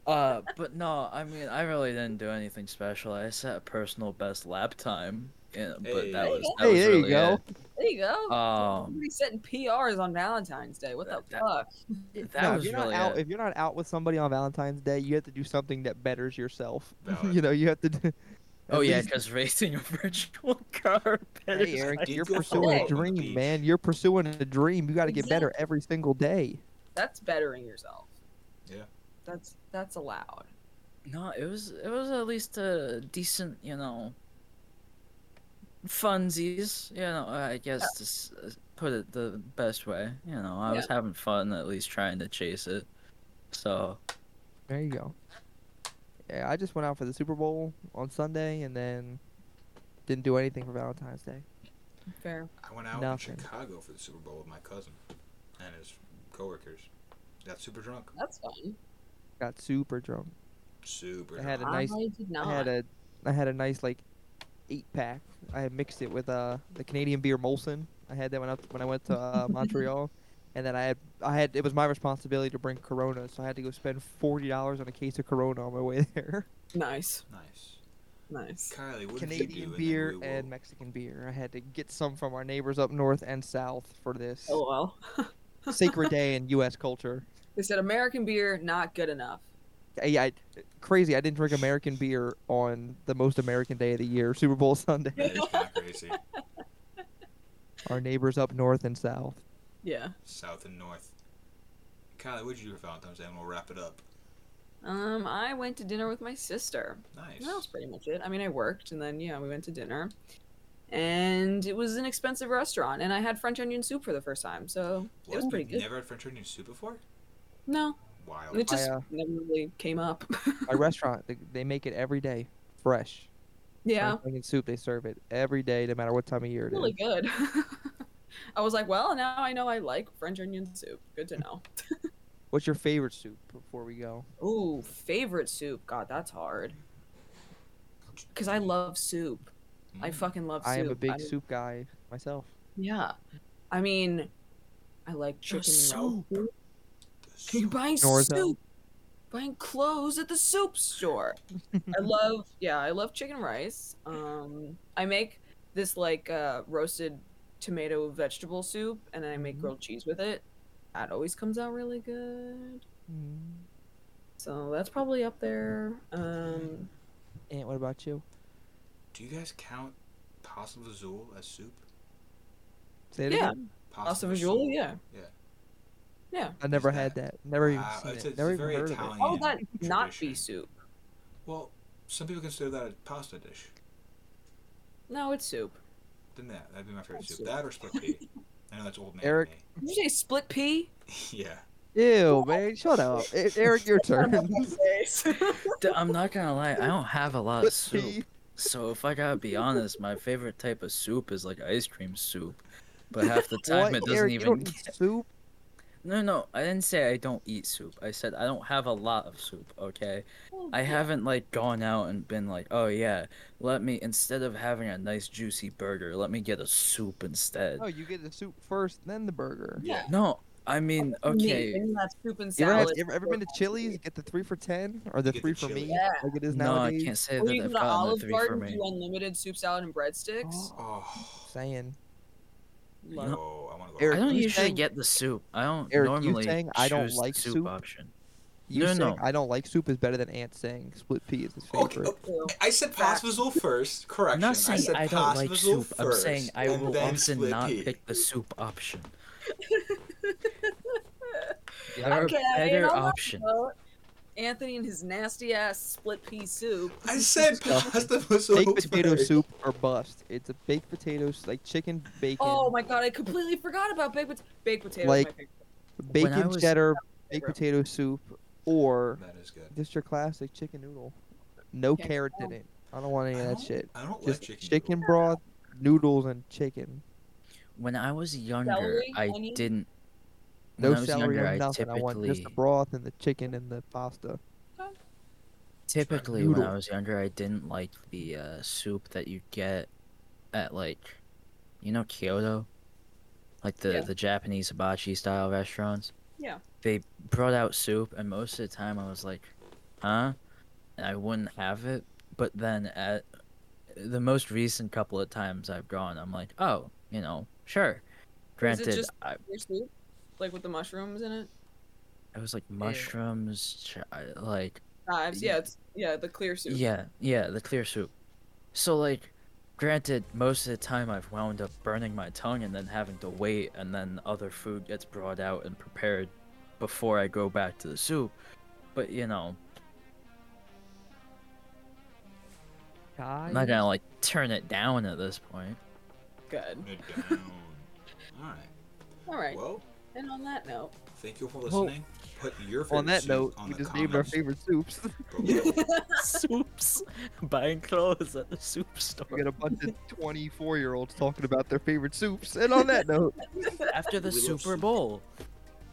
Speaker 4: Uh, but no, I mean, I really didn't do anything special. I set a personal best lap time, yeah, but that
Speaker 1: Hey.
Speaker 4: was that
Speaker 3: Hey,
Speaker 4: was
Speaker 3: there you
Speaker 4: really
Speaker 3: go.
Speaker 4: it.
Speaker 2: there you go.
Speaker 4: Um,
Speaker 2: Somebody setting PRs on Valentine's Day. What the
Speaker 4: That- that-
Speaker 2: fuck?
Speaker 4: that
Speaker 3: No, if
Speaker 4: was
Speaker 3: you're not
Speaker 4: really
Speaker 3: out,
Speaker 4: it.
Speaker 3: if you're not out with somebody on Valentine's Day, you have to do something that betters yourself. *laughs*
Speaker 1: Valid.
Speaker 3: you know, you have to. Do,
Speaker 4: Oh
Speaker 3: at
Speaker 4: yeah, *laughs*
Speaker 3: least-
Speaker 4: because racing a virtual car.
Speaker 3: hey Eric,
Speaker 1: did
Speaker 3: you're
Speaker 1: go for a
Speaker 3: pursuing
Speaker 2: walk
Speaker 3: a
Speaker 1: on the
Speaker 3: dream,
Speaker 1: beach.
Speaker 3: man. You're pursuing a dream. You got to get better every single day.
Speaker 2: That's bettering yourself.
Speaker 1: Yeah.
Speaker 2: That's that's allowed.
Speaker 4: No, it was it was at least a decent, you know, funsies. You know, I guess to s- uh, put it the best way. You know, I was having fun at least trying to chase it. So
Speaker 3: There you go. Yeah, I just went out for the Super Bowl on Sunday, and then didn't do anything for Valentine's Day.
Speaker 2: Fair.
Speaker 1: I went out
Speaker 3: Nothing.
Speaker 1: in Chicago for the Super Bowl with my cousin and his coworkers. Got super drunk.
Speaker 2: That's fun.
Speaker 3: Got super drunk.
Speaker 1: Super
Speaker 3: I
Speaker 1: drunk.
Speaker 3: had a nice-
Speaker 2: I did not.
Speaker 3: I had a I had a nice like eight pack. I had mixed it with uh the Canadian beer Molson. I had that when I when I went to uh, Montreal, and then I had I had it was my responsibility to bring Corona, so I had to go spend forty dollars on a case of Corona on my way *laughs* there.
Speaker 2: Nice.
Speaker 1: nice.
Speaker 2: Nice.
Speaker 1: Kylie, what did you
Speaker 3: Canadian
Speaker 1: do?
Speaker 3: beer
Speaker 1: and, then we will-
Speaker 3: and Mexican beer. I had to get some from our neighbors up north and south for this
Speaker 1: *laughs*
Speaker 2: Oh well.
Speaker 3: sacred day in U.S. culture.
Speaker 2: They said American beer not good enough.
Speaker 3: Yeah, I, crazy. I didn't drink American beer on the most American day of the year, Super Bowl Sunday.
Speaker 1: *laughs* That is
Speaker 2: *laughs*
Speaker 1: kind of crazy.
Speaker 3: Our neighbors up north and south.
Speaker 2: Yeah.
Speaker 1: South and North. Kylie, what did you do for Valentine's Day? And we'll wrap it up.
Speaker 2: Um, I went to dinner with my sister.
Speaker 1: Nice.
Speaker 2: And That was pretty much it. I mean, I worked, and then yeah, we went to dinner, and it was an expensive restaurant, and I had French onion soup for the first time, so it was
Speaker 1: What?
Speaker 2: pretty
Speaker 1: You've
Speaker 2: good.
Speaker 1: Never had French onion soup before?
Speaker 2: No,
Speaker 1: Wild.
Speaker 2: it just
Speaker 3: uh,
Speaker 2: never really came up. *laughs*
Speaker 3: my restaurant they, they make it every day fresh
Speaker 2: yeah,
Speaker 3: Fried onion soup they serve it every day no matter what time of year it is.
Speaker 2: really good. *laughs* I was like, well, now I know I like French onion soup. Good to know.
Speaker 3: what's your favorite soup before we go
Speaker 2: Ooh, favorite soup. God, that's hard. Cause I love soup. I
Speaker 1: Mm.
Speaker 2: fucking love soup.
Speaker 3: i am a big
Speaker 2: I'm-
Speaker 3: soup guy myself
Speaker 2: Yeah, I mean, I like chicken
Speaker 4: soup.
Speaker 2: soup.
Speaker 1: The
Speaker 2: You're
Speaker 1: soup.
Speaker 2: buying
Speaker 3: Norza.
Speaker 2: soup, buying clothes at the soup store. I
Speaker 3: *laughs*
Speaker 2: love, yeah, I love chicken rice. Um, I make this like uh, roasted tomato vegetable soup, and I make
Speaker 3: Mhm.
Speaker 2: grilled cheese with it. That always comes out really Mm. good. So that's probably up there. Um,
Speaker 3: Ant, what about you?
Speaker 1: Do you guys count pasta vazul as soup?
Speaker 3: Say it
Speaker 2: Yeah.
Speaker 3: again.
Speaker 2: Pasta visual,
Speaker 1: vazul?
Speaker 2: yeah.
Speaker 1: Yeah.
Speaker 2: Yeah.
Speaker 3: I never
Speaker 1: that?
Speaker 3: had that. Never even
Speaker 1: Wow,
Speaker 3: seen
Speaker 1: it's-
Speaker 3: it.
Speaker 1: it's
Speaker 3: never
Speaker 1: very
Speaker 3: even heard
Speaker 1: Italian.
Speaker 3: of
Speaker 2: How would Oh, that not be
Speaker 1: Tradition.
Speaker 2: soup?
Speaker 1: Well, some people consider that a pasta dish.
Speaker 2: No, it's soup.
Speaker 1: Then that that'd be my favorite
Speaker 2: That's
Speaker 1: soup.
Speaker 2: soup.
Speaker 1: That or split pea. I know that's old man.
Speaker 3: Eric.
Speaker 1: me.
Speaker 2: Did you say split pea?
Speaker 1: *laughs* yeah.
Speaker 3: it. Ew, man, shut up. E- Eric,
Speaker 2: *laughs*
Speaker 3: your turn. *laughs*
Speaker 4: D- I'm not gonna lie, I don't have a lot of
Speaker 3: Let's
Speaker 4: soup.
Speaker 3: see.
Speaker 4: So if I gotta be honest, my favorite type of soup is like ice cream soup.
Speaker 3: *laughs*
Speaker 4: But half the time
Speaker 3: What?
Speaker 4: it doesn't
Speaker 3: Eric,
Speaker 4: even
Speaker 3: You don't
Speaker 4: *laughs*
Speaker 3: eat soup?
Speaker 4: No, no, I didn't say I don't eat soup. I said I don't have a lot of soup, okay? I haven't like gone out and been like, "Oh yeah, let me instead of having a nice juicy burger, let me get a soup instead."
Speaker 3: No, you get the soup first, then the burger.
Speaker 2: Yeah.
Speaker 4: No, I mean, okay.
Speaker 2: Meat, and that's soup and
Speaker 3: You ever, had,
Speaker 2: salad.
Speaker 3: ever, ever been to Chili's? Get the three for ten or
Speaker 1: Get
Speaker 3: the
Speaker 1: the
Speaker 3: three for
Speaker 1: chili.
Speaker 3: me,
Speaker 2: Yeah.
Speaker 3: like it is
Speaker 4: No, I
Speaker 3: nowadays.
Speaker 4: can't say
Speaker 2: Or
Speaker 4: that
Speaker 2: you can
Speaker 4: I've
Speaker 2: go to
Speaker 4: gotten a
Speaker 2: Olive
Speaker 4: three for
Speaker 2: Garden,
Speaker 4: me.
Speaker 2: do unlimited soup salad and breadsticks.
Speaker 1: Oh.
Speaker 3: Saying,
Speaker 2: Love it.
Speaker 1: Yo, I want to go.
Speaker 3: Eric,
Speaker 4: I don't
Speaker 3: you
Speaker 4: usually
Speaker 3: saying-
Speaker 4: get the soup. I don't
Speaker 3: Eric, you
Speaker 4: normally
Speaker 3: saying I don't
Speaker 4: choose the
Speaker 3: like
Speaker 4: soup,
Speaker 3: soup?
Speaker 4: option.
Speaker 3: you
Speaker 4: No,
Speaker 3: saying
Speaker 4: no.
Speaker 3: I don't like soup is better than Ant saying split pea is his
Speaker 1: Okay,
Speaker 3: favorite.
Speaker 2: Ew.
Speaker 1: I said pasta vazul first. Correction.
Speaker 4: I'm not saying
Speaker 1: said
Speaker 4: I, don't like
Speaker 1: pasta
Speaker 4: soup.
Speaker 1: vazul
Speaker 4: I'm saying
Speaker 1: first,
Speaker 4: I
Speaker 1: and
Speaker 4: will
Speaker 1: then
Speaker 4: often
Speaker 1: split
Speaker 4: not
Speaker 1: pea.
Speaker 4: pick the soup option.
Speaker 3: Yeah.
Speaker 4: There are
Speaker 2: Okay, I mean,
Speaker 4: better
Speaker 2: I'll not
Speaker 4: options.
Speaker 2: vote. Anthony and his nasty ass split pea soup.
Speaker 1: I said
Speaker 3: Disgusting.
Speaker 1: pasta vazul
Speaker 3: Baked potato
Speaker 1: first.
Speaker 3: soup or bust. It's a baked potato, s- like chicken bacon,
Speaker 2: Oh my god, I completely forgot about baked pot- baked potatoes.
Speaker 3: Like-
Speaker 2: my favorite.
Speaker 3: bacon
Speaker 4: was-
Speaker 3: cheddar, baked
Speaker 2: favorite.
Speaker 3: potato soup, or
Speaker 1: That is good.
Speaker 3: just your classic chicken noodle. No
Speaker 2: Can't
Speaker 3: carrot
Speaker 2: go
Speaker 3: in it. I don't want any
Speaker 1: I
Speaker 3: of that
Speaker 1: don't-
Speaker 3: shit.
Speaker 1: I don't like
Speaker 3: Just
Speaker 1: chicken.
Speaker 3: chicken
Speaker 1: noodle.
Speaker 3: broth, noodles, and chicken.
Speaker 4: When I was younger,
Speaker 2: Celery,
Speaker 4: I
Speaker 2: onion?
Speaker 4: didn't.
Speaker 3: No
Speaker 4: when I was
Speaker 3: celery
Speaker 4: younger,
Speaker 3: or nothing.
Speaker 4: I
Speaker 3: I want
Speaker 4: typically
Speaker 3: just the broth and the chicken and the pasta.
Speaker 4: typically when I
Speaker 3: noodle.
Speaker 4: was younger, I didn't like the uh, soup that you get at like, you know, Kyoto, like the
Speaker 2: Yeah.
Speaker 4: the Japanese hibachi style restaurants.
Speaker 2: Yeah.
Speaker 4: They brought out soup, and most of the time I was like, huh, and I wouldn't have it. But then at the most recent couple of times I've gone, I'm like, oh, you know, sure. Granted,
Speaker 2: just-
Speaker 4: I,
Speaker 2: Your soup, like with the mushrooms in it.
Speaker 4: I was like mushrooms, chi- like
Speaker 2: Knives. Yeah, it's yeah the clear soup.
Speaker 4: Yeah, yeah, the clear soup. So like, granted, most of the time I've wound up burning my tongue and then having to wait, and then other food gets brought out and prepared before I go back to the soup. But you know, I'm not gonna like turn it down at this
Speaker 1: *laughs*
Speaker 4: point.
Speaker 2: Good.
Speaker 1: Good down. All right.
Speaker 2: All right.
Speaker 1: Well,
Speaker 2: and on that note,
Speaker 1: thank you for
Speaker 3: Well,
Speaker 1: listening. Put your favorite
Speaker 3: On that
Speaker 1: soup
Speaker 3: note,
Speaker 1: on
Speaker 3: we
Speaker 1: the
Speaker 3: just named our
Speaker 1: comments
Speaker 3: favorite soups. *laughs*
Speaker 1: below.
Speaker 4: Soups, *laughs* buying clothes at the soup
Speaker 3: we
Speaker 4: store.
Speaker 3: got a bunch
Speaker 1: *laughs*
Speaker 3: of 24 year olds talking about their favorite soups. And on that note,
Speaker 4: After the
Speaker 1: *laughs* We love
Speaker 4: Super
Speaker 1: soup.
Speaker 4: Bowl,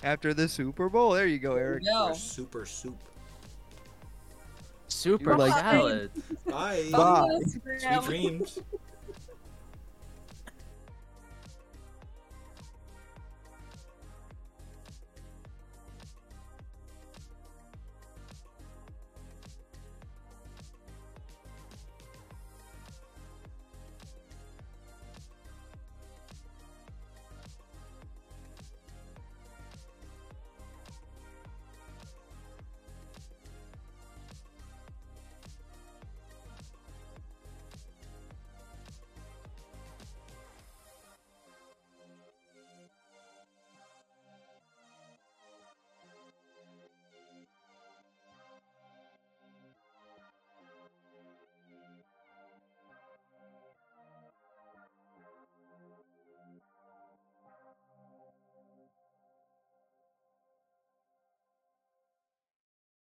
Speaker 3: after the Super Bowl, there you go, Eric.
Speaker 1: Your
Speaker 2: *laughs* no.
Speaker 1: super soup.
Speaker 4: super
Speaker 3: like-
Speaker 4: salad.
Speaker 1: Bye.
Speaker 3: Bye.
Speaker 2: Follow us on
Speaker 1: Sweet
Speaker 2: Instagram.
Speaker 1: dreams.